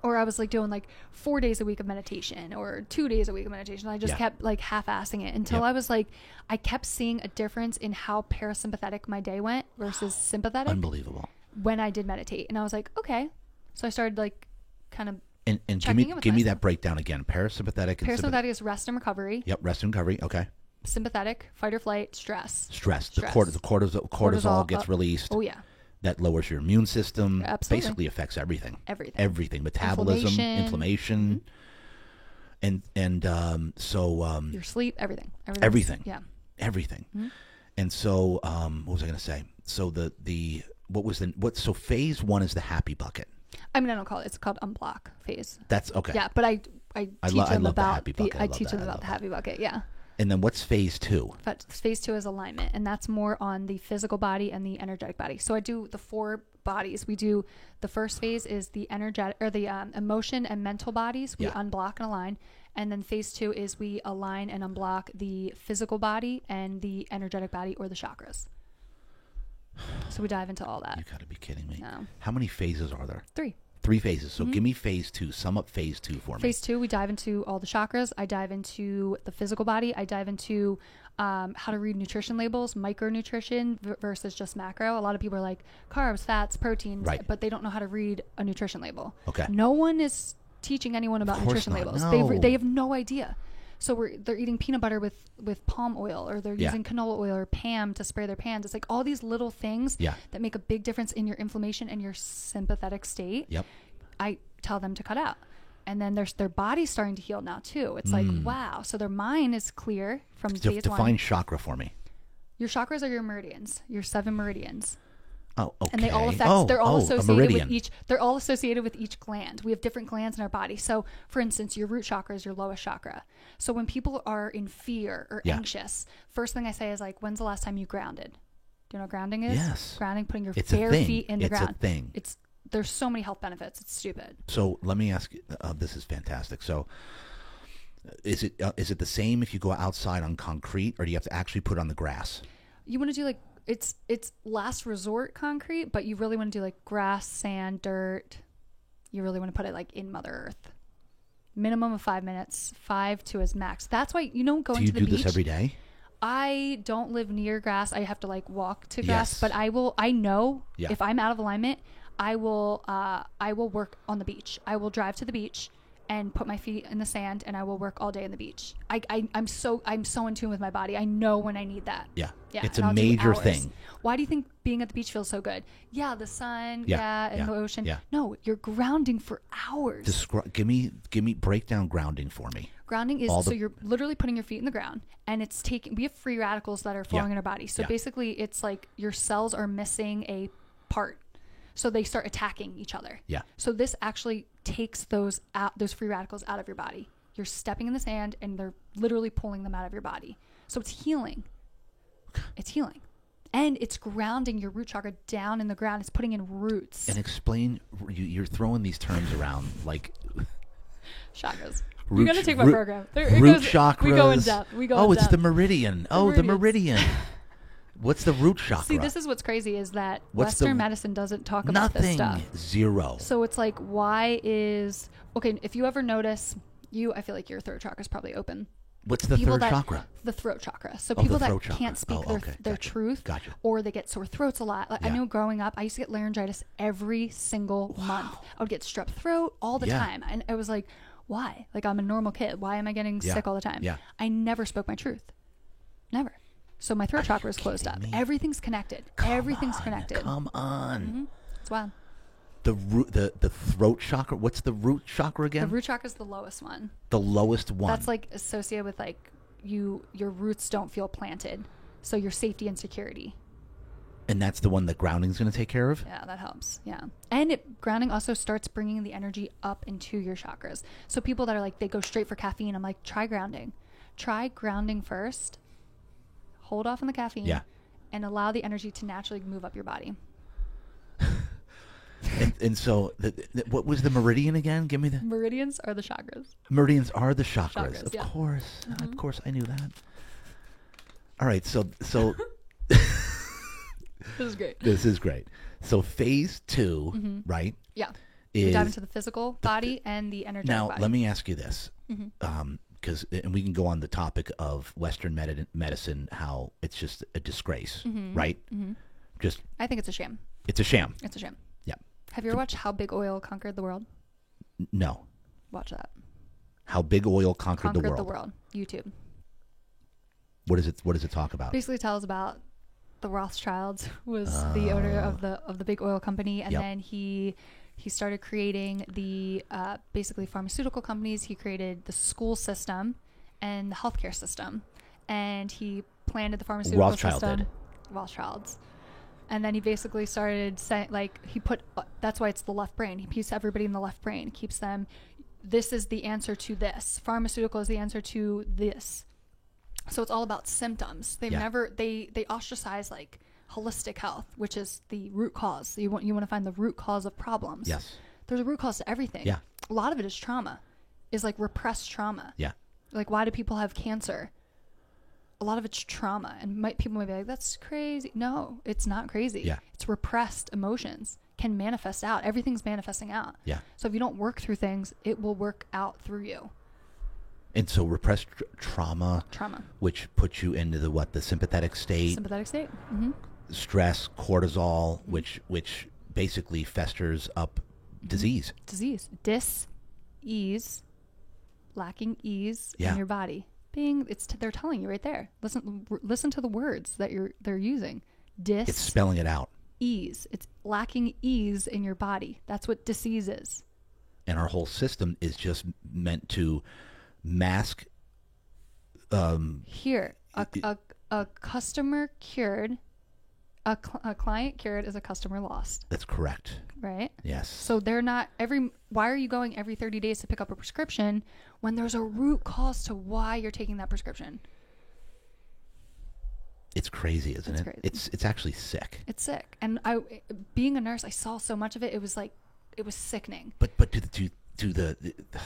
or I was like doing like four days a week of meditation or two days a week of meditation. I just
Yeah.
kept like half assing it until
Yep.
I was like, I kept seeing a difference in how parasympathetic my day went versus sympathetic
Unbelievable.
when I did meditate. And I was like, okay. So I started like kind of
And and give
Checking
me
in
give
with
me
myself.
that breakdown again. Parasympathetic and sympathetic.
parasympathetic is rest and recovery,
Yep. Rest and recovery. Okay.
sympathetic, fight or flight, stress.
Stress. The
Stress.
corti- the cortisol, cortisol
Cortisol
gets
up.
released.
Oh, yeah.
That lowers your immune system.
Absolutely.
Basically affects everything.
Everything.
Everything. Metabolism,
Inflammation. Mm-hmm.
inflammation, and and um, so um,
Your sleep, everything. Everything.
Everything.
Yeah.
everything.
Mm-hmm.
And so um, what was I going to say? So the the what was the what? So phase one is the happy bucket.
I mean, I don't call it, it's called unblock phase.
That's okay.
Yeah, but I, I
I
teach
lo- I
them
love the
about
happy
the,
bucket. I
I
love
teach
that.
them
I
about
love
the happy bucket. Yeah.
And then what's phase two?
But phase two is alignment, and that's more on the physical body and the energetic body. So I do the four bodies. We do the first phase is the energetic or the um, emotion and mental bodies. We
Yeah.
unblock and align, and then phase two is we align and unblock the physical body and the energetic body or the chakras. So we dive into all
You
that.
got to be kidding me.
No.
How many phases are there?
Three.
Three phases. So give me phase two. Sum up phase two for me.
Phase two, we dive into all the chakras. I dive into the physical body. I dive into um, how to read nutrition labels, micronutrition v- versus just macro. A lot of people are like carbs, fats, proteins,
Right.
but they don't know how to read a nutrition label.
Okay.
No one is teaching anyone about
course
nutrition
not.
labels. They re-
No.
they have no idea. So we're they're eating peanut butter with with palm oil, or they're
Yeah.
using canola oil or Pam to spray their pans. It's like all these little things
Yeah.
that make a big difference in your inflammation and your sympathetic state.
Yep.
I tell them to cut out. And then there's their body's starting to heal now too. It's like wow. So their mind is clear from
Hmm. De-
phase
define
one.
chakra for me.
Your chakras are your meridians, your seven meridians,
Oh, okay.
and they all affect.
oh,
they're all
oh, a
associated with
meridian.
each. They're all associated with each gland. We have different glands in our body. So, for instance, your root chakra is your lowest chakra. So when people are in fear or
Yeah.
anxious, first thing I say is like, "When's the last time you grounded?" Do you know what grounding is?
Yes.
Grounding, putting your
It's a
bare
thing.
feet in the
It's a
ground.
thing.
It's there's so many health benefits. It's stupid.
So let me ask. you- Uh, this is fantastic. So Is it uh, is it the same if you go outside on concrete, or do you have to actually put it on the grass?
You want to do like it's it's last resort concrete, but you really want to do like grass, sand, dirt. You really want to put it like in Mother Earth. Minimum of five minutes, five to as max. That's why you know going
Do you
to the
do
beach.
this every day?
I don't live near grass. I have to like walk to grass,
Yes.
but I will. I know
Yeah.
if I'm out of alignment, I will. Uh, I will work on the beach. I will drive to the beach and put my feet in the sand, and I will work all day on the beach. I, I I'm so I'm so in tune with my body. I know when I need that.
Yeah.
Yeah,
It's
and
a
I'll do
major
hours.
thing.
Why do you think being at the beach feels so good? Yeah, the sun.
Yeah,
Yeah, and
yeah,
the ocean.
yeah.
No, you're grounding for hours.
Descri- give me give me breakdown grounding for me.
Grounding is
All
so
the-
you're literally putting your feet in the ground and it's taking we have free radicals that are flowing in our body. So
Yeah.
basically it's like your cells are missing a part. So they start attacking each other.
Yeah.
So this actually takes those out those free radicals out of your body. You're stepping in the sand and they're literally pulling them out of your body. So it's healing. It's healing. And it's grounding your root chakra down in the ground. It's putting in roots.
And explain. You, you're throwing these terms around like
chakras.
root-
You're gonna take my
root-
program. There, it
root
goes-
chakras.
We go in depth. We go.
oh,
in
it's
depth.
the meridian. oh, the
meridians.
meridian. What's the root chakra?
See, this is what's crazy is that
What's the-
Western medicine doesn't talk about this
nothing.
stuff.
Zero.
So it's like, why is okay? If you ever notice, you I feel like your throat chakra is probably open.
What's the
People
third
that
chakra? Oh,
the throat chakra. So
the
people that
throat chakra.
can't speak
Oh,
their,
okay.
their
Gotcha.
truth,
Gotcha.
or they get sore throats a lot. Like I
Yeah.
know growing up, I used to get laryngitis every single month. I would get strep throat all the
Yeah.
time, and I was like, why? Like I'm a normal kid. Why am I getting
Yeah.
sick all the time?
Yeah.
I never spoke my truth. Never. So my throat chakra is closed up.
kidding me?
Everything's connected. Everything's connected. Mm-hmm.
Come on.
It's wild.
The root, the the throat chakra. What's the root chakra
The
again? The,
root chakra is the lowest one.
lowest one.
That's like associated with like you your roots don't feel planted. So your safety and security.
and that's the one that grounding's going to take care of.
Yeah, that helps. Yeah. And it, grounding also starts bringing the energy up into your chakras. So people that are like, they go straight for caffeine, I'm like, try grounding. Try grounding first, hold off on the caffeine,
Yeah.
and allow the energy to naturally move up your body.
And, and so, the, the, what was the meridian again? Give me the
Meridians are the chakras.
meridians are the chakras.
Chakras,
of
yeah. Mm-hmm.
course, of course, I knew that. All right, so so
This is great.
this is great. So phase 2
Mm-hmm.
right?
Yeah.
Is
we dive into the physical body and the energetic
now
body.
let me ask you this, because and we can go on the topic of Western medi- medicine, how it's just a disgrace, right? Just
I think it's a shame.
it's a sham.
It's a shame.
Yeah.
Have you ever watched How Big Oil Conquered the World?
N- No,
Watch that.
how big oil conquered,
Conquered
the, world.
YouTube.
What does it? What does it talk about?
basically tells about the Rothschilds was the owner of the of the big oil company, and
Ah. Yep.
then he he started creating the uh, basically pharmaceutical companies. He created the school system and the healthcare system, and he planted the pharmaceutical
Rothschild
system.
did.
Rothschilds. And then he basically started saying, like, he put uh, that's why it's the left brain. He keeps everybody in the left brain, keeps them. This is the answer to this. Pharmaceutical is the answer to this. So it's all about symptoms. They've
Yeah.
never they they ostracize like holistic health, which is the root cause. You want you want to find the root cause of problems.
Yes.
There's a root cause to everything.
Yeah.
A lot of it is trauma. Is like repressed trauma.
Yeah.
Like why do people have cancer? A lot of it's trauma and might people might be like, That's crazy. No, it's not crazy.
Yeah.
It's repressed emotions can manifest out. Everything's manifesting out.
Yeah.
So if you don't work through things, it will work out through you.
And so repressed tr- trauma,
Trauma.
which puts you into the what the sympathetic state,
Sympathetic state. hmm
stress, cortisol, which which basically festers up disease.
disease, dis ease, lacking ease
Yeah.
in your body. Being it's they're telling you right there. Listen listen to the words that you're they're using. Dis
It's spelling it out,
ease. It's lacking ease in your body. That's what disease is.
and our whole system is just meant to mask. Um,
Here, a, a, a customer cured, a, cl- a client cured is a customer lost,
that's correct.
right?
Yes.
So they're not every. Why are you going every 30 days to pick up a prescription when there's a root cause to why you're taking that prescription?
it's crazy, isn't
It's
it?
crazy.
It's it's actually sick.
It's sick. And I, being a nurse, I saw so much of it. It was like, it was sickening.
But but do the do, do the, the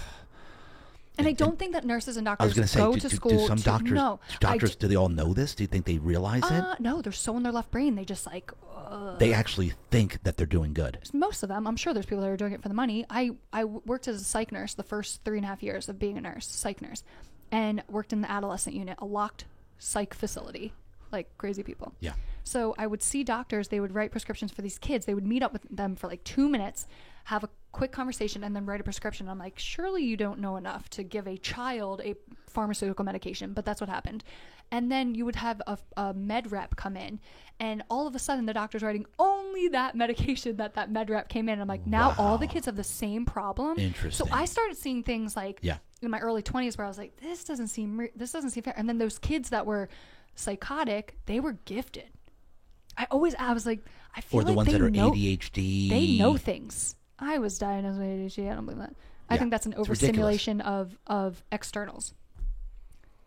And I don't think that nurses and
I was
doctors
going to say,
go
do,
to
do- do
school.
some
to-
doctors,
no,
do
I
doctors,
d-
do they all know this? Do you think they realize
uh, no, they're so in their left brain. They just like uh,
it? They actually think that they're doing good.
most of them. I'm sure there's people that are doing it for the money. I I w- worked as a psych nurse the first three and a half years of being a nurse, psych nurse, and worked in the adolescent unit, a locked psych facility, like crazy people.
Yeah.
So I would see doctors, they would write prescriptions for these kids. They would meet up with them for like two minutes, have a quick conversation, and then write a prescription. I'm like, surely you don't know enough to give a child a pharmaceutical medication, but that's what happened. And then you would have a, a med rep come in, and all of a sudden the doctor's writing only that medication that that med rep came in. I'm like, now all the
Wow.
kids have the same problem.
Interesting.
So I started seeing things like
Yeah.
in my early 20s where I was like, this doesn't seem re- this doesn't seem fair. And then those kids that were psychotic, they were gifted. I always I was like, I feel
Or the
like
ones
they
that are E.
know
ADHD.
they know things. I was diagnosed with ADHD. I don't believe that. I
Yeah,
think that's an
it's ridiculous.
overstimulation of of externals.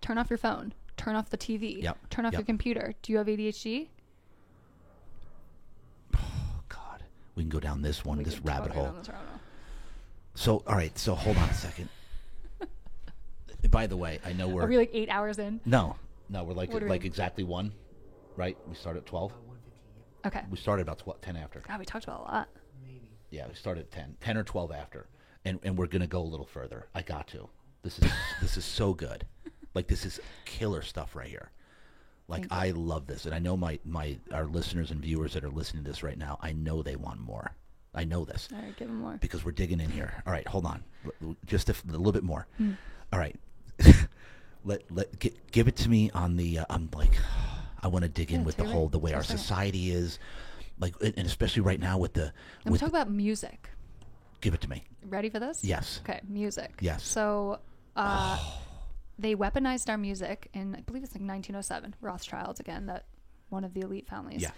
Turn off your phone. Turn off the TV.
Yep,
Turn off
yep.
your computer. Do you have ADHD?
Oh, God. We can go down this one,
We
this
could totally
rabbit
go
hole.
down this rabbit hole.
So, all right. So, hold on a second. By the way, I know we're.
Are we like eight hours in?
no. No, we're like
What are
like
we-
exactly one, right? We start at 12.
Okay.
We started about 12, 10 after.
God, we talked about a lot.
Yeah, we started at 10, 10 or 12 after. And, and we're going to go a little further. I got to. This is this is so good. Like this is killer stuff right here. Like
Thank you.
I love this and I know my my our listeners and viewers that are listening to this right now, I know they want more. I know this
All right, give them more.
because we're digging in here. All right, hold on. L- l- Just a, f- a little bit more.
Hmm.
All right. let let gi- give it to me on the uh, I'm like I want to dig in
Yeah,
with the
take it away.
whole the way
Take
our
a second.
society is like and and especially right now with the
Let me
with
talk about music.
give it to me.
Ready for this?
Yes.
Okay, music.
Yes.
So uh, they weaponized our music in, I believe it's like 1907, Rothschilds again, that one of the elite families.
Yeah.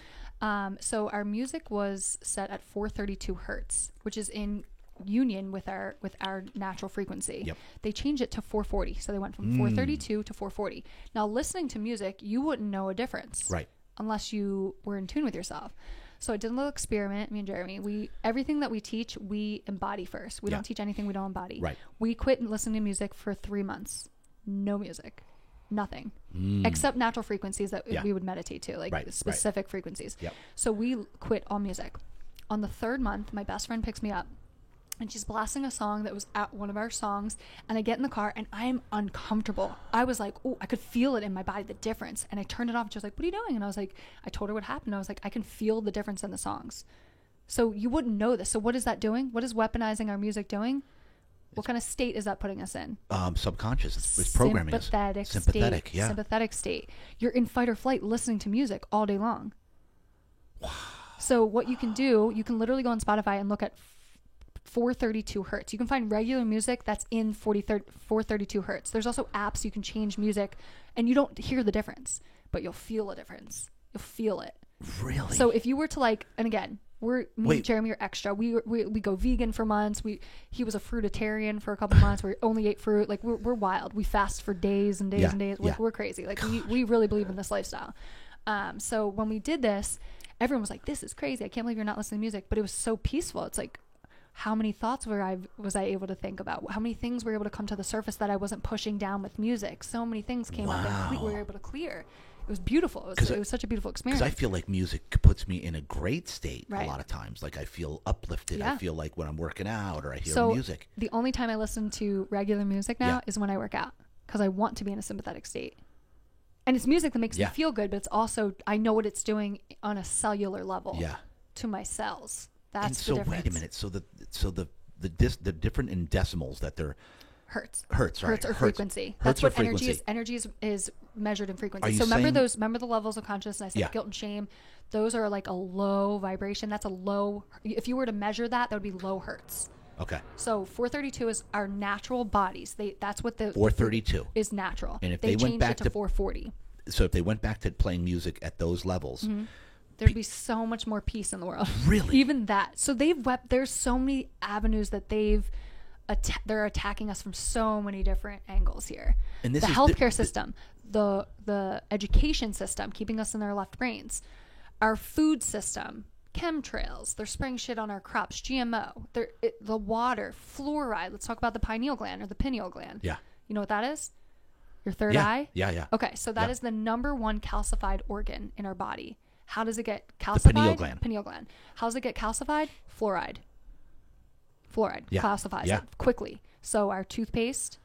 Um, so our music was set at 432 hertz, which is in union with our with our natural frequency.
Yep. Hmm.
They changed it to 440, so they went from 432 to 440. Now listening to music, you wouldn't know a difference
Right.
unless you were in tune with yourself. So I did a little experiment. Me and Jeremy, we everything that we teach, we embody first. We
Yeah.
don't teach anything we don't embody.
Right.
We quit and listened to music for three months. No music, nothing, except natural frequencies that
Mm. Yeah.
we would meditate to, like
Right, right.
specific frequencies.
Yep.
So we l- quit all music. On the third month, my best friend picks me up. And she's blasting a song that was at one of our songs. And I get in the car and I am uncomfortable. I was like, oh, I could feel it in my body, the difference. And I turned it off. And she was like, what are you doing? And I was like, I told her what happened. I was like, I can feel the difference in the songs. So you wouldn't know this. So what is that doing? What is weaponizing our music doing? What kind of state is that putting us in?
um, subconscious. It's, it's programming. us.
sympathetic
sympathetic.
state,
yeah.
sympathetic state. You're in fight or flight, listening to music all day long. Wow. So what you can do, you can literally go on Spotify and look at f- 432 hertz. You can find regular music that's in 43 432 hertz. There's also apps you can change music, and you don't hear the difference, but you'll feel a difference. You'll feel it.
really.
So if you were to like, and again, we're me
Wait.
and Jeremy are extra. We, we we go vegan for months. We he was a fruitarian for a couple months. We only ate fruit. Like we're, we're wild. We fast for days and days
Yeah,
and days. Like
yeah.
we're crazy. Like we, we really believe in this lifestyle. Um, so when we did this, everyone was like, "This is crazy. I can't believe you're not listening to music." But it was so peaceful. It's like. How many thoughts were I was I able to think about? How many things were able to come to the surface that I wasn't pushing down with music? So many things came up and cle- we
Wow.
were able to clear. It was beautiful. It
'Cause
was,
I-
it was such a beautiful experience.
because I feel like music puts me in a great state a
Right.
lot of times. Like I feel uplifted. I
Yeah.
feel like when I'm working out or I hear
so
music.
the only time I listen to regular music now
Yeah.
is when I work out because I want to be in a sympathetic state. And it's music that makes
Yeah.
me feel good, but it's also I know what it's doing on a cellular level
Yeah.
to my cells. That's
And so
the difference.
wait a minute. So the so the the dis, the different in decimals that they're
Hertz.
hertz. Sorry,
Hertz or frequency.
Hertz
That's
or
what energy is.
frequency.
Energy is, is measured in frequency.
Are you
so remember
saying-
those. Remember the levels of consciousness. I said
Yeah.
guilt and shame. Those are like a low vibration. That's a low. If you were to measure that, that would be low hertz.
Okay.
So 432 is our natural bodies. They that's what the
432.
is natural.
And if
they,
they went
changed
back
it to,
to-
440,
So if they went back to playing music at those levels,
Mm-hmm. there'd be so much more peace in the world.
Really?
Even that. So they've wept. There's so many avenues that they've. Atta- they're attacking us from so many different angles here.
And this
the
is the-
healthcare system, the the education system, keeping us in their left brains, our food system, chemtrails. They're spraying shit on our crops, GMO, they're, it, the water, fluoride. Let's talk about the pineal gland or the pineal gland.
Yeah.
You know what that is? Your third
yeah.
eye?
Yeah, yeah.
Okay, so that is
Yeah.
the number one calcified organ in our body. How does it get calcified?
pineal gland.
Pineal gland. How does it get calcified? Fluoride. Fluoride
Yeah,
calcifies
yeah.
it quickly. So our toothpaste,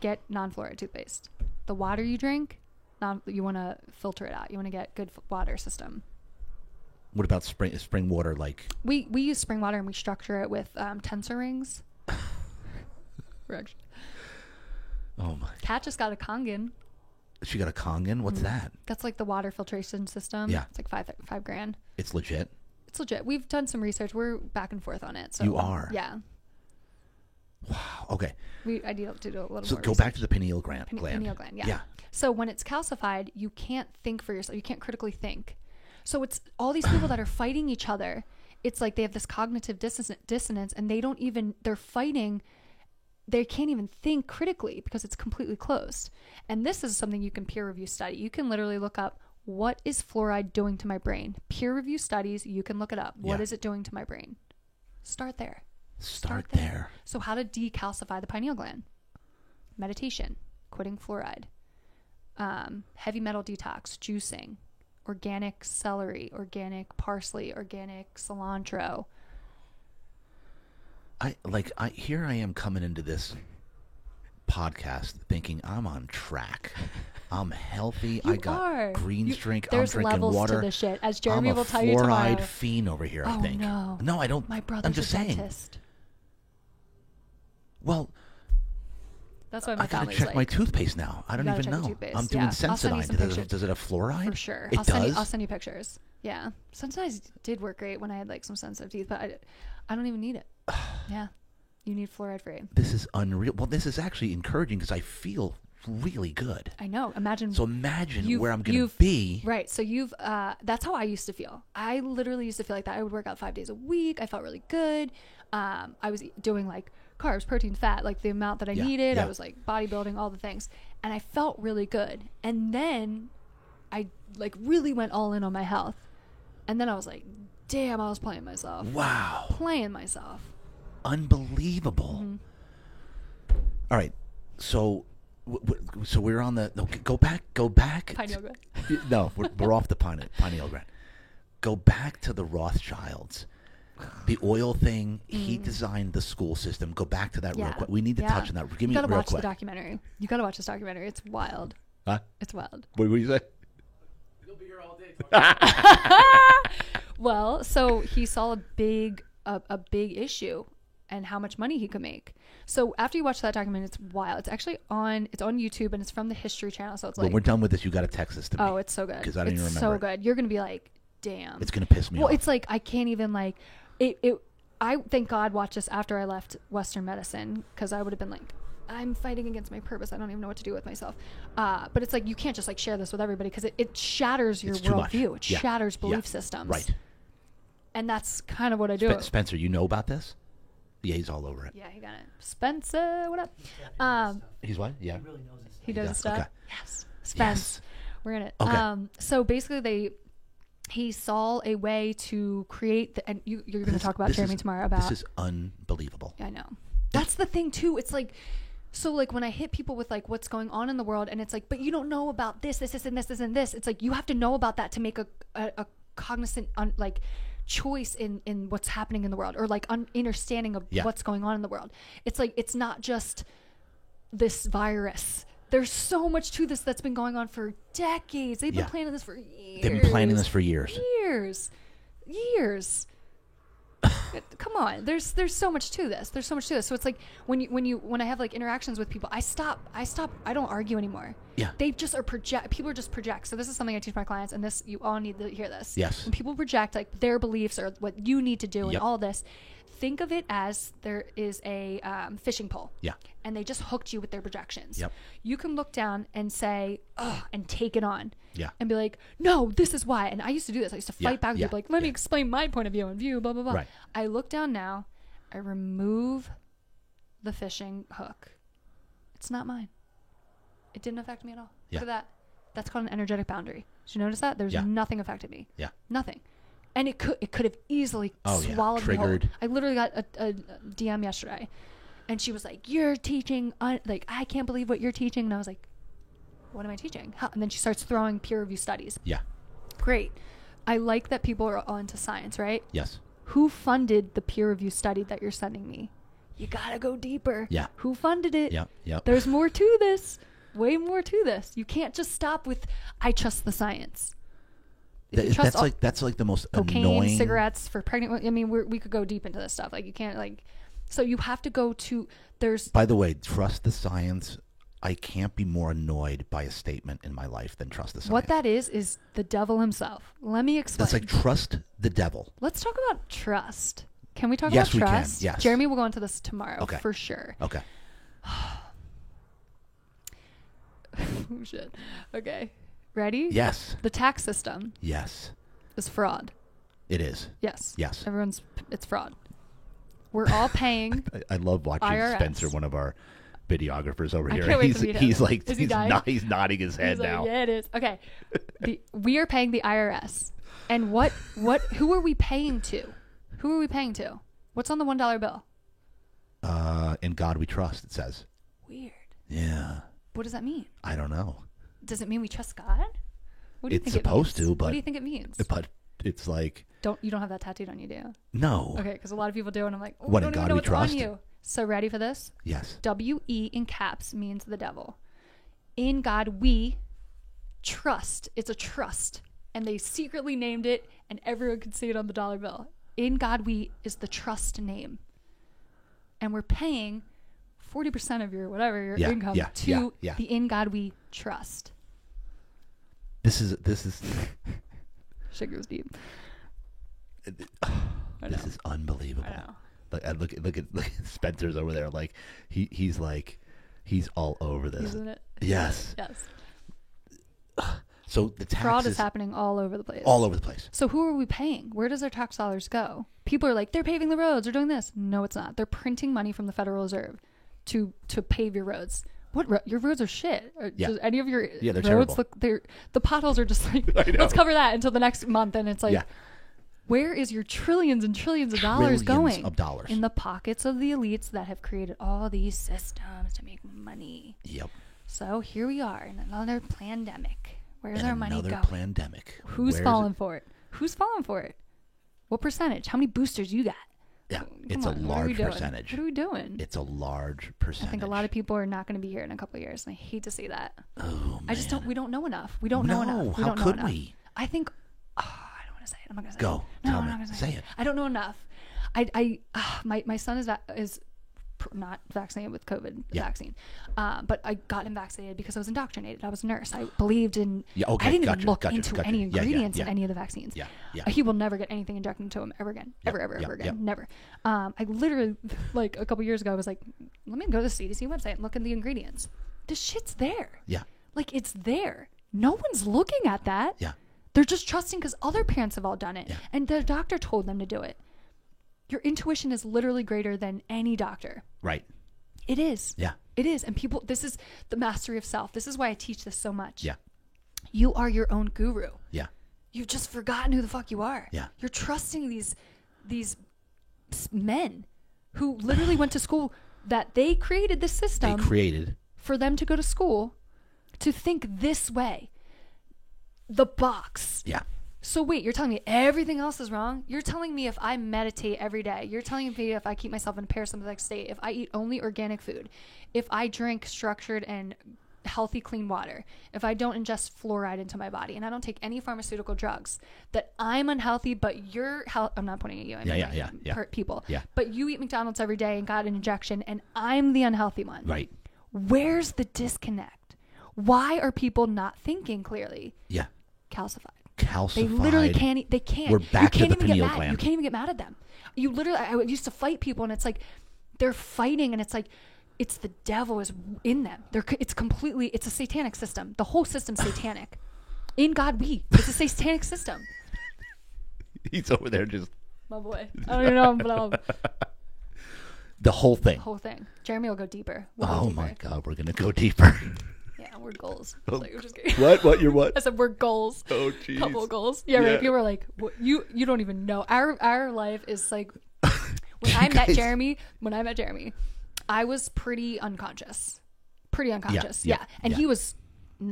get non-fluoride toothpaste. The water you drink, non- you want to filter it out. You want to get good f- water system.
What about spring spring water? Like
We we use spring water and we structure it with um, tensor rings. We're act-
oh my,
Kat just got a Kangen.
she got a Kangen. What's
Mm.
that?
That's like the water filtration system.
Yeah.
it's like five five grand.
It's legit.
It's legit. We've done some research. We're back and forth on it. So
You are.
Yeah.
Okay,
We I need to do a little
so
more.
go back to the pineal gland.
research.
gland.
pineal gland. Yeah.
yeah.
So when it's calcified, you can't think for yourself. You can't critically think. So it's all these people that are fighting each other. It's like they have this cognitive disson- dissonance, and they don't even they're fighting. They can't even think critically because it's completely closed. And this is something you can peer review study. You can literally look up what is fluoride doing to my brain. Peer review studies. You can look it up. What
Yeah.
is it doing to my brain? Start there.
Start,
there.
there.
So, how to decalcify the pineal gland? Meditation, quitting fluoride, um, heavy metal detox, juicing, organic celery, organic parsley, organic cilantro.
I like I here I am coming into this podcast thinking I'm on track. I'm healthy. I
You
got
are.
greens
You-
drink. I'm
there's
drinking
levels to
water.
this shit, as Jeremy
I'm a
will tell you
fluoride
tomorrow.
fiend over here. I
Oh,
think.
no.
I don't.
My brother's
I'm just
a
saying.
dentist.
Well,
That's why my
I gotta
family's
check
like,
my toothpaste now. I don't
gotta
even
check your
know.
toothpaste,
I'm doing
yeah. I'll send you
Sensodyne.
some
Does it,
pictures.
does it have fluoride?
for sure.
It
I'll
does.
send you. I'll send you pictures. Yeah, sometimes it did work great when I had like some sensitive teeth, but I, I don't even need it. yeah, you need fluoride free.
This is unreal. Well, this is actually encouraging because I feel really good.
I know. Imagine
So imagine
You've-
where I'm going to
you've-
be.
Right. So you've uh, that's how I used to feel. I literally used to feel like that. I would work out five days a week. I felt really good. Um, I was e- doing like carbs, protein, fat, like the amount that I
Yeah,
needed.
yeah.
I was like bodybuilding, all the things, and I felt really good. And then I like really went all in on my health. And then I was like, damn, I was playing myself,
Wow.
playing myself.
Unbelievable.
Mm-hmm.
All right. So. W- w- so we're on the no, g- go back go back
Pineal
to-
gland.
no we're, we're off the pine, pineal gland go back to the rothschilds the oil thing he designed the school system go back to that real
Mm-hmm. Yeah.
quick we need to
Yeah.
touch on that give
you
me
gotta
real
watch
quick
the documentary. You gotta watch this documentary. It's wild.
huh?
It's wild.
what were you say
Well, so he saw a big a, a big issue and how much money he could make. So after you watch that document, it's wild. It's actually on it's on YouTube and it's from the History Channel. So it's
when
like,
we're done with this you got to text this to me
oh, it's so good.
'cause I don't
it's
even
so
remember
good. You're gonna be like, damn.
it's gonna piss me
well,
off
it's like I can't even like it. It. I thank God watched this after I left Western medicine because I would have been like, I'm fighting against my purpose. I don't even know what to do with myself. Uh, but it's like you can't just like share this with everybody because it, it shatters your
It's too much.
worldview. It
Yeah.
shatters
Yeah.
belief systems.
right
And that's kind of what I do.
Spe- Spencer, you know about this? Yeah, he's all over it.
Yeah, he got it. Spencer, what up? Um,
He's what? Yeah.
he does
does,
stuff.
okay.
Yes, Spence. We're in it.
Okay.
Um, so basically, they he saw a way to create the, and you, you're going to
This-
talk about
this
Jeremy
is-
tomorrow about.
This is unbelievable.
I know. That's the thing too. It's like so like when I hit people with like what's going on in the world and it's like, but you don't know about this, this, this, and this, this, and this. It's like you have to know about that to make a a, a cognizant un, like choice in in what's happening in the world or like un, understanding of
Yeah.
what's going on in the world. It's like it's not just this virus. There's so much to this that's been going on for decades. They've been
Yeah.
planning this for years.
They've been planning this for years.
years, years. It- Come on, there's there's so much to this. There's so much to this. So it's like when you when you when I have like interactions with people, I stop. I stop. I don't argue anymore.
Yeah.
They just are project. People are just project. So this is something I teach my clients, and this you all need to hear this.
Yes.
When people project like their beliefs or what you need to do and
Yep.
all this, think of it as there is a um, fishing pole
Yeah.
and they just hooked you with their projections.
Yep.
You can look down and say, "Ugh," and take it on.
Yeah.
And be like, "No, this is why." And I used to do this. I used to
Yeah,
fight back with
yeah,
people, like, "Let me
yeah.
explain my point of view and view." Blah blah blah.
Right.
I look down now. I remove the fishing hook. It's not mine. It didn't affect me at all.
Yeah.
Look at that. That's called an energetic boundary. Did you notice that? There's
Yeah.
nothing affected me.
Yeah.
Nothing. and it could it could have easily
Oh, yeah.
swallowed me whole.
Triggered.
I literally got a, a DM yesterday, and she was like, "You're teaching, un- like I can't believe what you're teaching," and I was like, "What am I teaching?" How? And then she starts throwing peer review studies.
Yeah.
Great, I like that people are onto science, right?
Yes.
Who funded the peer review study that you're sending me? You gotta go deeper.
Yeah.
Who funded it?
Yep. Yep.
There's more to this. Way more to this. You can't just stop with "I trust the science." If
That-
you trust
that's
all-
like that's like the most
cocaine,
annoying
cigarettes for pregnant. wo- I mean, we're, we could go deep into this stuff. Like you can't like, so you have to go to there's
By the way, trust the science. I can't be more annoyed by a statement in my life than trust the science.
what that is is the devil himself. Let me explain.
That's like trust the devil.
Let's talk about trust. Can we talk
Yes, we
about
can.
trust?
Yes.
Jeremy will go into this tomorrow
Okay.
for sure.
Okay.
Oh, Shit. Okay. Ready?
Yes.
The tax system
Yes.
is fraud.
It is.
Yes.
Yes.
Everyone's it's fraud. We're all paying.
I, I love watching
IRS.
Spencer, one of our videographers over
I
here.
can't wait to
he's
meet him.
he's like
Is he
he's,
dying?
not, he's nodding his head
He's like,
now.
yeah, it is. Okay. The, we are paying the IRS. And what what who are we paying to? Who are we paying to? What's on the one dollar bill?
Uh, in God we trust. It says.
Weird.
Yeah.
What does that mean?
I don't know,
Does it mean we trust God? What do you
It's
think
supposed
it means?
to,
what
but-
do you think it means?
but it's like
Don't you don't have that tattooed on you, do you?
no.
Okay, because a lot of people do, and I'm like, oh,
What,
I
in
don't even
God
know
we
what's
trust?
on you. So ready for this?
Yes.
W E in caps means the devil. In God we trust. It's a trust. And they secretly named it and everyone could see it on the dollar bill. In God we is the trust name. And we're paying 40% of your whatever your
Yeah,
income
yeah,
to
yeah, yeah.
the in God we trust.
This is this is
Shit goes deep. I know.
this is unbelievable.
I know.
Like, I look at look at look at Spencer's over there. Like he he's like he's all over this.
Isn't it?
Yes.
Yes.
So the taxes
Fraud is happening all over the place.
all over the place.
So who are we paying? Where does our tax dollars go? People are like, they're paving the roads, they're doing this. No, it's not. They're printing money from the Federal Reserve to to pave your roads. What ro- your roads are shit. Are-
Yeah.
Does any of your
Yeah, they're
roads
terrible.
look they're the potholes are just like
I know.
let's cover that until the next month and it's like
yeah.
where is your trillions and trillions of
Trillions
dollars going?
of dollars.
In the pockets of the elites that have created all these systems to make money.
Yep.
So here we are in another pandemic. Where's our money
another
going?
pandemic.
Who's
Where's it-
falling for it? Who's falling for it? What percentage? How many boosters you got?
Yeah,
Come
it's
on,
a
what are we
large
doing?
percentage.
What are we doing?
It's a large
I
percentage.
think a lot of people are not going to be here in a couple of years, and I hate to see that.
Oh,
I just don't. We don't know enough. We don't know
No,
enough. We
how
don't know
could
enough.
we?
I think. Oh, I don't want to say it. I'm not going to say
Go.
it. No,
Tell
I'm
me.
not going to
Say it.
I don't know enough. I. I. Uh, my my son is va- is pr- not vaccinated with COVID
Yeah.
vaccine, uh, but I got him vaccinated because I was indoctrinated. I was a nurse. I believed in.
Yeah, okay,
I didn't
gotcha,
even look
gotcha,
into
gotcha.
any
Yeah, yeah,
ingredients
yeah.
of any of the vaccines.
Yeah, yeah.
Uh, He will never get anything injected into him ever again. Ever, ever,
yeah,
ever
yeah.
again. Never. Um, I literally, like a couple years ago, I was like, let me go to the CDC website and look at the ingredients. This shit's there.
Yeah,
Like it's there. No one's looking at that.
yeah.
They're just trusting because other parents have all done it
Yeah.
and their doctor told them to do it. Your intuition is literally greater than any doctor.
Right.
It is.
Yeah,
It is. And people, this is the mastery of self. This is why I teach this so much.
yeah,
You are your own guru.
yeah.
You've just forgotten who the fuck you are.
Yeah.
You're trusting these these s- men who literally went to school that they created the
They
system
created.
for them to go to school to think this way. The box.
Yeah,
So wait, you're telling me everything else is wrong? You're telling me if I meditate every day, you're telling me if I keep myself in a parasympathetic state, if I eat only organic food, if I drink structured and healthy clean water, if I don't ingest fluoride into my body and I don't take any pharmaceutical drugs, that I'm unhealthy, but you're health I'm not pointing at you, I mean
yeah,
like,
yeah, yeah.
per- people.
Yeah.
But you eat McDonald's every day and got an injection and I'm the unhealthy one.
right.
Where's the disconnect? Why are people not thinking clearly?
Yeah.
Calcified.
Calcified.
They literally can't. e- They can't.
We're back
you
to
can't
the
even
pineal
get mad. You
gland.
can't even get mad at them. You literally. I I used to fight people, and it's like they're fighting, and it's like it's the devil is in them. They're. c- It's completely. It's a satanic system. The whole system's satanic. In God we. It's a satanic system.
He's over there just
My boy. I don't even know, but I'll,
the whole thing.
whole thing. Jeremy will go deeper. We'll go
Oh
deeper.
my God, we're gonna go deeper.
Yeah, we're goals. Like, I'm just kidding.
Oh. What? What? You're what?
I said we're goals.
Oh,
Couple
jeez.
goals. Yeah,
Yeah.
right. People were like, what, you you don't even know. Our our life is like when
You
I met
guys-
Jeremy. When I met Jeremy, I was pretty unconscious, pretty unconscious.
yeah,
Yeah, and
yeah.
he was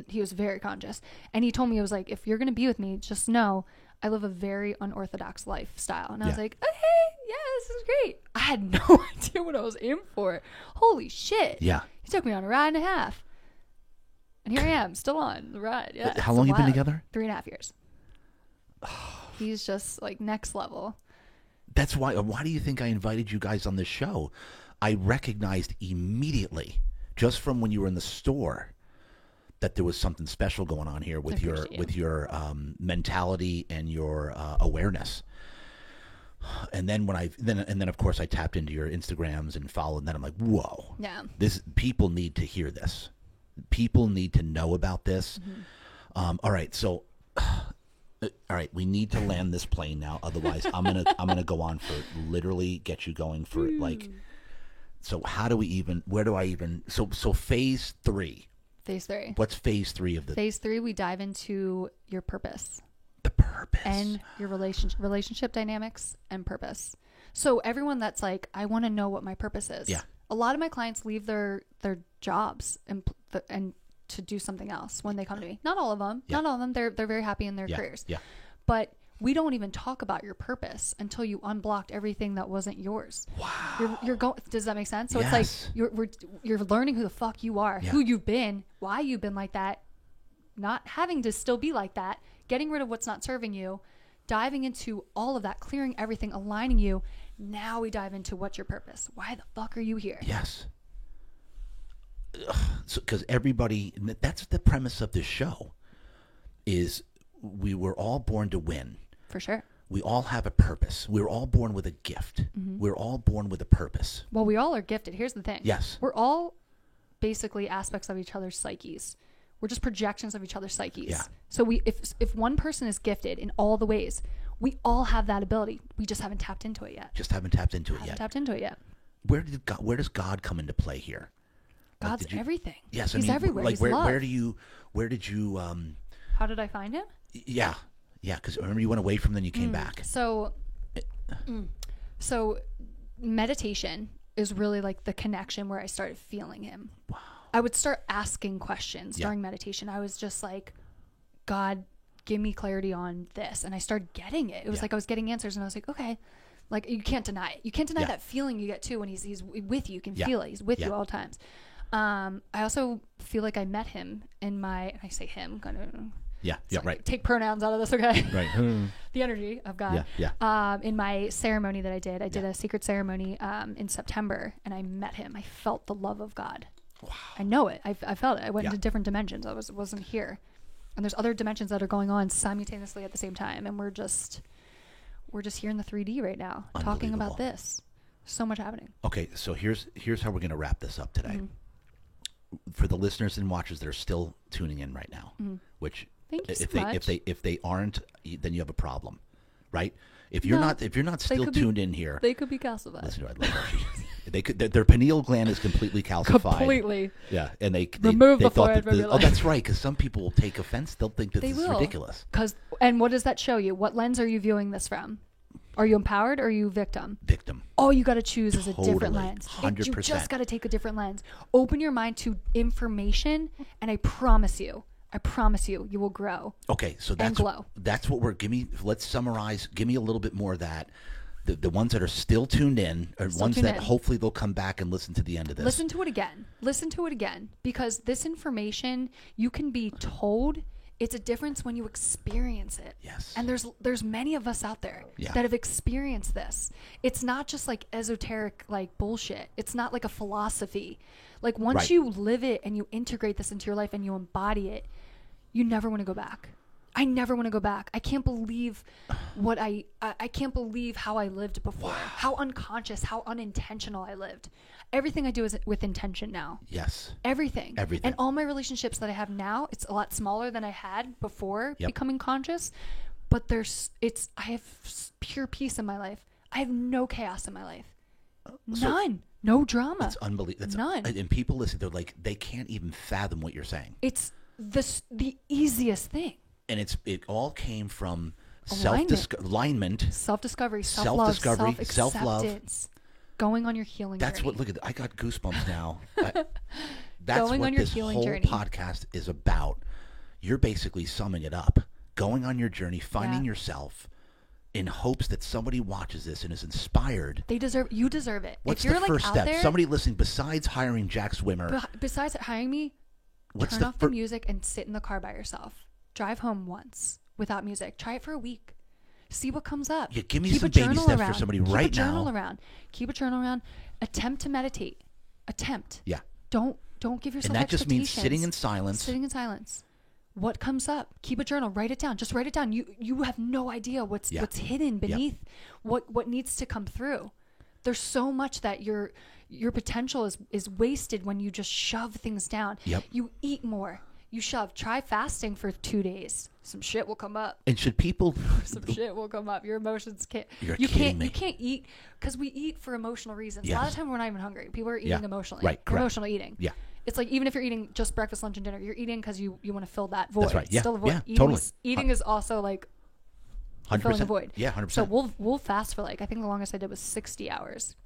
he was very conscious, and he told me he was like, if you're gonna be with me, just know I live a very unorthodox lifestyle. And I was
Yeah.
like, okay, yeah, this is great. I had no idea what I was in for. Holy shit!
Yeah.
He took me on a ride and a half. And here I am, still on the ride. Yeah.
How
it's
long you been
wild.
together?
Three and a half years. He's just like next level.
That's why. Why do you think I invited you guys on this show? I recognized immediately, just from when you were in the store, that there was something special going on here with your
appreciate you.
with your um, mentality and your uh, awareness. And then when I then and then of course I tapped into your Instagrams and followed. Then I'm like, whoa,
Yeah.
this people need to hear this. People need to know about this.
Mm-hmm.
Um, all right, so uh, all right, we need to land this plane now. Otherwise, I'm gonna I'm gonna go on for literally get you going for
Hmm.
like. So how do we even? Where do I even? So so phase three.
Phase three.
What's phase three of the
Phase three, we dive into your purpose
the purpose?
and your relationship relationship dynamics and purpose. So everyone that's like, I want to know what my purpose is.
Yeah.
A lot of my clients leave their their jobs and pl- the, and to do something else when they come to me. Not all of them. Not all of them. They're they're very happy in their
yeah,
careers.
yeah,
but we don't even talk about your purpose until you unblocked everything that wasn't yours. Wow. You're, you're going. Does that make sense? So it's
Yes.
like you're we're, you're learning who the fuck you are, who you've been, why you've been like that, not having to still be like that, getting rid of what's not serving you, diving into all of that, clearing everything, aligning you. Now we dive into what's your purpose. Why the fuck are you here?
yes. Because everybody, that's the premise of this show, is we were all born to win.
For sure.
We all have a purpose. We're all born with a gift.
Mm-hmm.
We're all born with a purpose.
Well, we all are gifted. Here's the thing.
Yes.
We're all basically aspects of each other's psyches. We're just projections of each other's psyches.
Yeah.
So we if if one person is gifted in all the ways, we all have that ability. We just haven't tapped into it yet.
Just haven't tapped into it
Haven't
yet.
tapped into it yet.
where did God, where does God come into play here?
God's
did you-
everything.
Yes, I
He's
mean,
everywhere.
Like
He's
where
love.
where do you where did you um
How did I find him?
y- yeah yeah because remember you went away from then you came back.
So, mm. so meditation is really like the connection where I started feeling him. Wow. I would start asking questions
Yeah.
during meditation. I was just like, God, give me clarity on this, and I started getting it. It was
Yeah.
like I was getting answers, and I was like, okay. Like you can't deny it. You can't deny
Yeah.
that feeling you get too when he's he's with you. You can
Yeah.
feel it. He's with
Yeah.
you all times. Um, I also feel like I met him in my. I say him. Kind of.
Yeah, yeah, right,
Take pronouns out of this, okay?
right.
the energy of God.
Yeah,
Um, in my ceremony that I did, I did a secret ceremony um, in September, and I met him. I felt the love of God. Wow. I know it. I, I felt it. I went
Yeah.
into different dimensions. I was wasn't here, and there's other dimensions that are going on simultaneously at the same time, and we're just we're just here in the 3D right now, talking
Unbelievable.
about this. So much happening.
Okay, so here's here's how we're gonna wrap this up today.
Mm-hmm.
For the listeners and watchers that are still tuning in right now, which
Mm. Thank you
if
so
they if
much.
they if they aren't, y- then you have a problem, right? If you're
No,
not if you're not still
could be-
tuned in here,
They could be calcified
listen to it. I love that. they could their, their pineal gland is completely calcified.
completely.
Yeah, and they they,
Remove
they
before
thought that
I'd
the, oh,
realize.
that's right, because some people will take offense. They'll think that
They
this is
will.
ridiculous.
Because and what does that show you? What lens are you viewing this from? Are you empowered or are you victim?
Victim.
all you got to choose is a different
Totally.
lens. It- You
100%.
just got to take a different lens. Open your mind to information, and I promise you, I promise you, you will grow.
Okay, so that's
glow.
that's what we're give me. Let's summarize. Give me a little bit more of that. The, the ones that are still tuned in, or ones
tuned
that
in.
hopefully they'll come back and listen to the end of this.
Listen to it again. Listen to it again because this information you can be told. It's a difference when you experience it.
Yes.
And there's there's many of us out there
Yeah.
that have experienced this. It's not just like esoteric like bullshit. It's not like a philosophy. Like once
Right.
you live it and you integrate this into your life and you embody it, you never want to go back. I never want to go back. I can't believe what I, I I can't believe how I lived before. How unconscious, how unintentional I lived. Everything I do is with intention now.
Yes,
Everything.
Everything.
And all my relationships that I have now, it's a lot smaller than I had before
Yep.
becoming conscious, but there's it's I have s- pure peace in my life. I have no chaos in my life. None. No drama.
It's unbelievable. Uh, That's,
None.
And people listen, they're like, they can't even fathom what you're saying.
It's the s- the easiest thing.
And it's it all came from self
Alignment.
alignment.
Self discovery, self love, self
Self-discovery, self-love.
acceptance, going on your healing
That's
journey.
what. Look at. I got goosebumps now. I- that's
Going
what
on your
this
healing
whole
journey.
podcast is about. You're basically summing it up. Going on your journey, finding
Yeah.
yourself, in hopes that somebody watches this and is inspired.
they deserve. You deserve it.
What's
if you're
the
like
first
out
step?
there,
Somebody listening besides hiring Jack Swimmer.
beh- besides hiring me,
what's
turn
the
off
fir-
the music and sit in the car by yourself. Drive home once without music. Try it for a week. See what comes up.
Yeah, give me
Keep
some
a
baby
journal
steps for
around.
somebody
Keep
right
a journal
now.
around. Keep a journal around. Attempt to meditate. Attempt.
Yeah.
Don't don't give yourself
that just means sitting in
expectations.
silence.
Sitting in silence. What comes up? Keep a journal. Write it down. Just write it down. You you have no idea what's
Yeah.
what's hidden beneath what what needs to come through. There's so much that your your potential is is wasted when you just shove things down.
Yep.
You eat more. You shove. Try fasting for two days. Some shit will come up.
And should people?
Some shit will come up. Your emotions can't.
You're
you
kidding
can't.
me.
You can't eat because we eat for emotional reasons. A lot
Yes.
of time we're not even hungry. People are eating
Yeah.
emotionally.
Right,
They're
correct.
Emotional eating.
Yeah.
It's like even if you're eating just breakfast, lunch, and dinner, you're eating because you, you want to fill that void.
right. Yeah.
Still a void.
Yeah,
eating
totally.
Is, eating is also like
100%.
filling a void.
Yeah, hundred
So
percent.
we'll we'll fast for like I think the longest I did was 60 hours.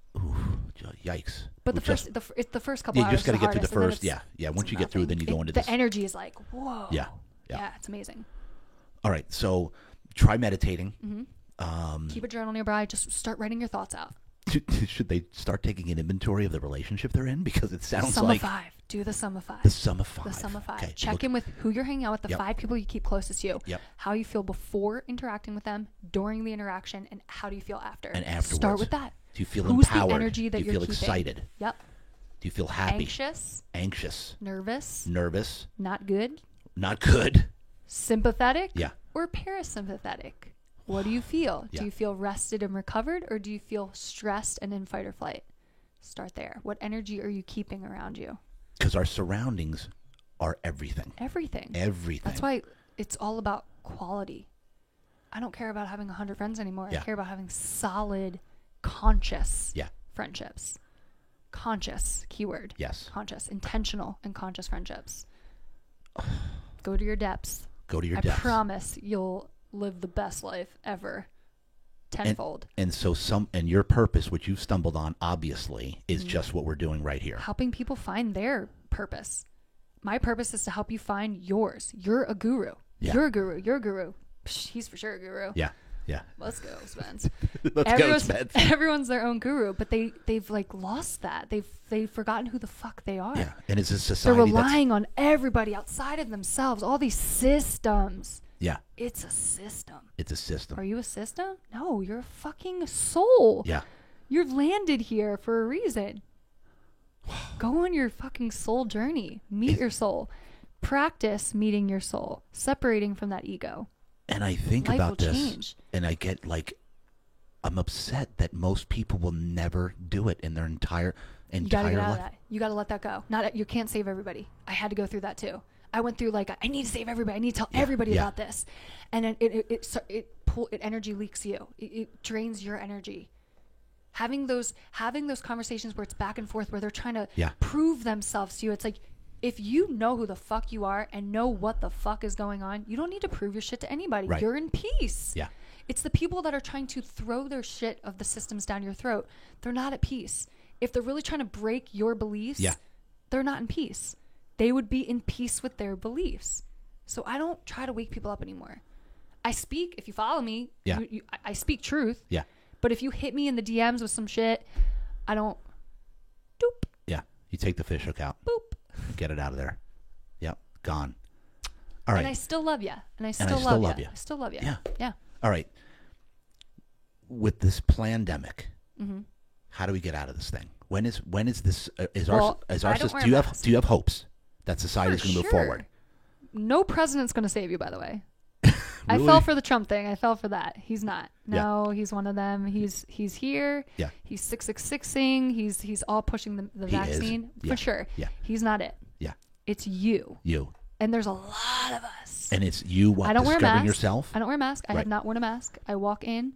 Yikes.
But
We
the
just-
first the, fir- it's the first couple
yeah, you
hours
just
is
got to
the
get through the
hardest, and
first. Yeah,
then it's-
yeah.
it's
Once you get through, then you go
nothing.
into
It- the
this.
energy is like whoa.
Yeah, yeah.
it's amazing.
All right, so try meditating. Mm.
Keep a journal nearby. Just start writing your thoughts out.
Should they start taking an inventory of the relationship they're in? Because it sounds
sum
like
of five. Do the sum of five.
the sum of five.
the sum of five.
Okay,
Check
look-
in with who you're hanging out with, the
Yep.
five people you keep closest to you.
Yep.
How you feel before interacting with them, during the interaction, and how do you feel after?
and afterwards.
Start with that.
Do you feel
Who's
empowered?
the energy that
Do you
you're
feel
keeping?
excited?
Yep.
Do you feel happy?
Anxious,
Anxious,
nervous,
nervous,
not good,
not good.
sympathetic,
Yeah.
or parasympathetic. What do you feel?
Yeah.
Do you feel rested and recovered, or do you feel stressed and in fight or flight? Start there. What energy are you keeping around you?
Because our surroundings are everything.
Everything.
Everything.
That's why it's all about quality. I don't care about having 100 friends anymore.
Yeah.
I care about having solid, conscious
Yeah.
friendships. Conscious, keyword.
Yes.
Conscious, intentional, and conscious friendships. Go to your depths.
Go to your
I
depths.
promise you'll live the best life ever.
and,
Tenfold.
and so some and your purpose, which you've stumbled on, obviously, is
Mm.
just what we're doing right here.
helping people find their purpose. My purpose is to help you find yours. You're a guru.
Yeah.
You're a guru. You're a guru. Psh, he's for sure a guru.
Yeah. Yeah.
Let's go, Spence.
Let's go,
everyone's,
Spence.
everyone's their own guru, but they they've like lost that. They've they've forgotten who the fuck they are.
Yeah. And it's a
They're
society that's
relying on everybody outside of themselves. All these systems.
yeah.
It's a system.
It's a system.
Are you a system? No, you're a fucking soul.
yeah.
You're landed here for a reason. Go on your fucking soul journey. Meet your soul. Practice meeting your soul, separating from that ego.
And I think
Life
about
will
this
change.
and I get like I'm upset that most people will never do it in their entire
You gotta
entire
get out
life.
of that. You gotta let that go. Not you can't save everybody. I had to go through that too. I went through like I need to save everybody. I need to tell everybody
yeah.
about this, and then it it it, so- it pull it energy leaks you. It, it drains your energy. Having those having those conversations where it's back and forth, where they're trying to
Yeah.
prove themselves to you. It's like if you know who the fuck you are and know what the fuck is going on, you don't need to prove your shit to anybody.
Right.
You're in peace.
Yeah.
It's the people that are trying to throw their shit of the systems down your throat. They're not at peace. If they're really trying to break your beliefs,
Yeah.
they're not in peace. They would be in peace with their beliefs. So I don't try to wake people up anymore. I speak, if you follow me,
Yeah.
you, you, I- I speak truth.
Yeah.
But if you hit me in the DMs with some shit, I don't. Doop,
Yeah. You take the fish hook out.
boop.
Get it out of there. Yep. Gone. All right.
And I still love you. And I still,
still
love,
love
you.
ya.
I still love you.
Yeah.
Yeah.
All right. With this pandemic,
Mm-hmm.
how do we get out of this thing? When is when is this uh, is
Well,
our is our
I don't
sys-
wear
do you have
masks.
do you have hopes that society is
For
going to move
sure.
forward?
No president's going to save you, by the way. I fell
Really?
for the Trump thing. I fell for that. He's not.
Yeah.
No, he's one of them. He's he's here.
Yeah.
He's six six sixing. He's he's all pushing the, the
He is.
vaccine
Yeah.
for sure.
Yeah.
He's not it.
Yeah,
It's you.
you
And there's a lot of us.
and it's you what
I don't wear a
discovering
mask.
yourself.
I don't wear a mask. I
Right.
have not worn a mask. I walk in,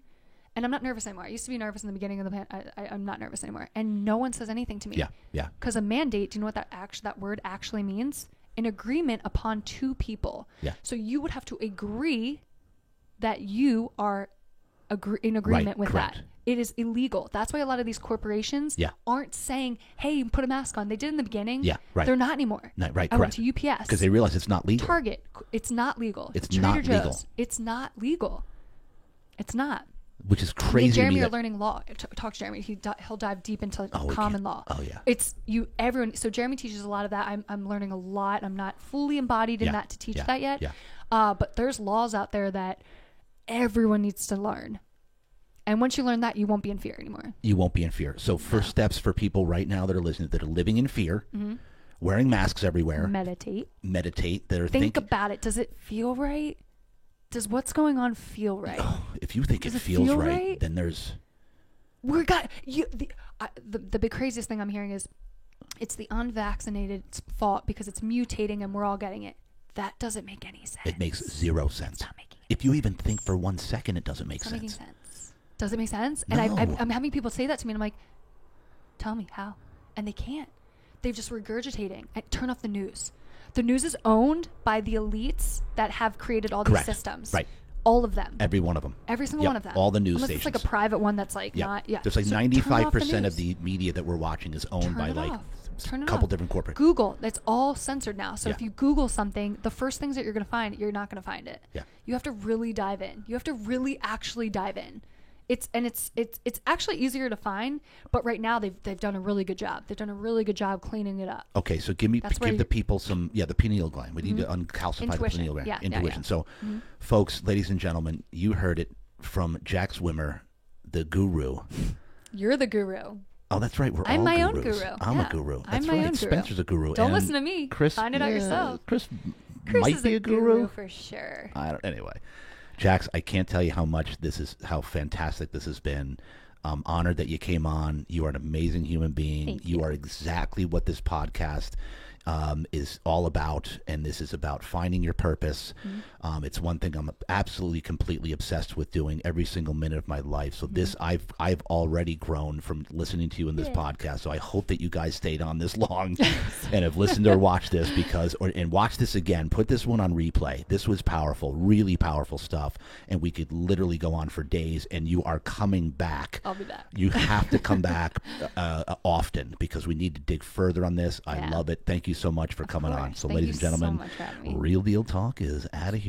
and I'm not nervous anymore. I used to be nervous in the beginning of the pan. I, I, I'm not nervous anymore, and no one says anything to me.
Yeah, yeah.
Because a mandate, do you know what that act- that word actually means? An agreement upon two people.
Yeah.
So you would have to agree that you are agree- in agreement with that.
correct.
It is illegal. That's why a lot of these corporations
Yeah.
aren't saying, "Hey, put a mask on." They did in the beginning.
Yeah, right.
They're not anymore.
No, right,
I
correct.
went to UPS
Because they realize it's not legal.
Target. It's not legal.
It's
Trader
not
Joe's.
legal.
It's not legal. It's not.
which is
Me
crazy
and
to
Jeremy
me.
are
that-
learning law. T- Talk to Jeremy. He di- he'll dive deep into
Oh, we
common
can't-
law.
oh, yeah.
It's you. Everyone. So Jeremy teaches a lot of that. I'm I'm learning a lot. I'm not fully embodied in
Yeah,
that to teach
yeah,
that yet.
yeah.
Uh, but there's laws out there that everyone needs to learn. And once you learn that, you won't be in fear anymore.
you won't be in fear. So first steps for people right now that are listening that are living in fear,
Mm-hmm.
wearing masks everywhere,
Meditate.
meditate. That are
Mm-hmm. Think,
think,
about it. Does it feel right? Does what's going on feel
Oh,
right?
if you think it
Does it
feels
feel
right,
right?
then there's
We're got you. The, I the the big craziest thing I'm hearing is, it's the unvaccinated's fault because it's mutating and we're all getting it. That doesn't make any sense.
it makes zero sense.
not making
If you even think for one second, it doesn't make
It's not making
sense.
sense. Does it make sense? And I,
No.
I, I'm having people say that to me, and I'm like, tell me how, and they can't. They're just regurgitating. I, turn off the news. The news is owned by the elites that have created all
Correct.
these systems.
Right.
All of them.
Every one of them.
Every single
Yep.
one of them.
All the news
Unless
stations.
It's like a private one that's like
yeah.
not. Yeah.
There's like
So turn off the
95% of
news.
the media that we're watching is owned
Turn
by
it
like
off.
a
Turn it
couple
off.
different corporate.
Google. That's all censored now. So if
Yeah.
you Google something, the first things that you're going to find, you're not going to find it.
Yeah.
You have to really dive in. You have to really actually dive in. It's and it's it's it's actually easier to find, but right now they've they've done a really good job. They've done a really good job cleaning it up.
Okay, so give me
That's where
give the
you- Mm-hmm.
people some yeah the pineal gland. We need to uncalcify the
Intuition.
pineal gland.
Yeah, yeah,
Intuition.
yeah. Mm-hmm.
So, folks, ladies and gentlemen, you heard it from Jack Swimmer, the guru.
You're the guru.
Oh, that's right. We're
I'm
all
my own
gurus.
guru.
I'm
Yeah.
a guru.
I'm
That's
my
right.
own guru.
Spencer's a guru.
Don't
and
listen to me.
Chris,
Find it out
yeah,
yourself.
Chris,
Chris
might
is
be
a
a guru.
for sure.
I don't. Anyway, Jax, I can't tell you how much this is, how fantastic this has been. I'm honored that you came on. You are an amazing human being.
Thank
you
you.
are exactly what this podcast um, is all about, and this is about finding your purpose. Um, it's one thing I'm absolutely, completely obsessed with doing every single minute of my life. So this, I've, I've already grown from listening to you in this podcast. So I hope that you guys stayed on this long and have listened or watched this because, or and watch this again. Put this one on replay. This was powerful, really powerful stuff, and we could literally go on for days. And you are coming back
I'll be back.
you have to come back uh, uh, often because we need to dig further on this. I
Yeah.
love it. Thank you so much for coming on.
course.
So,
Thank
ladies and
you so
gentlemen,
much for having me.
Real Deal Talk is out of here.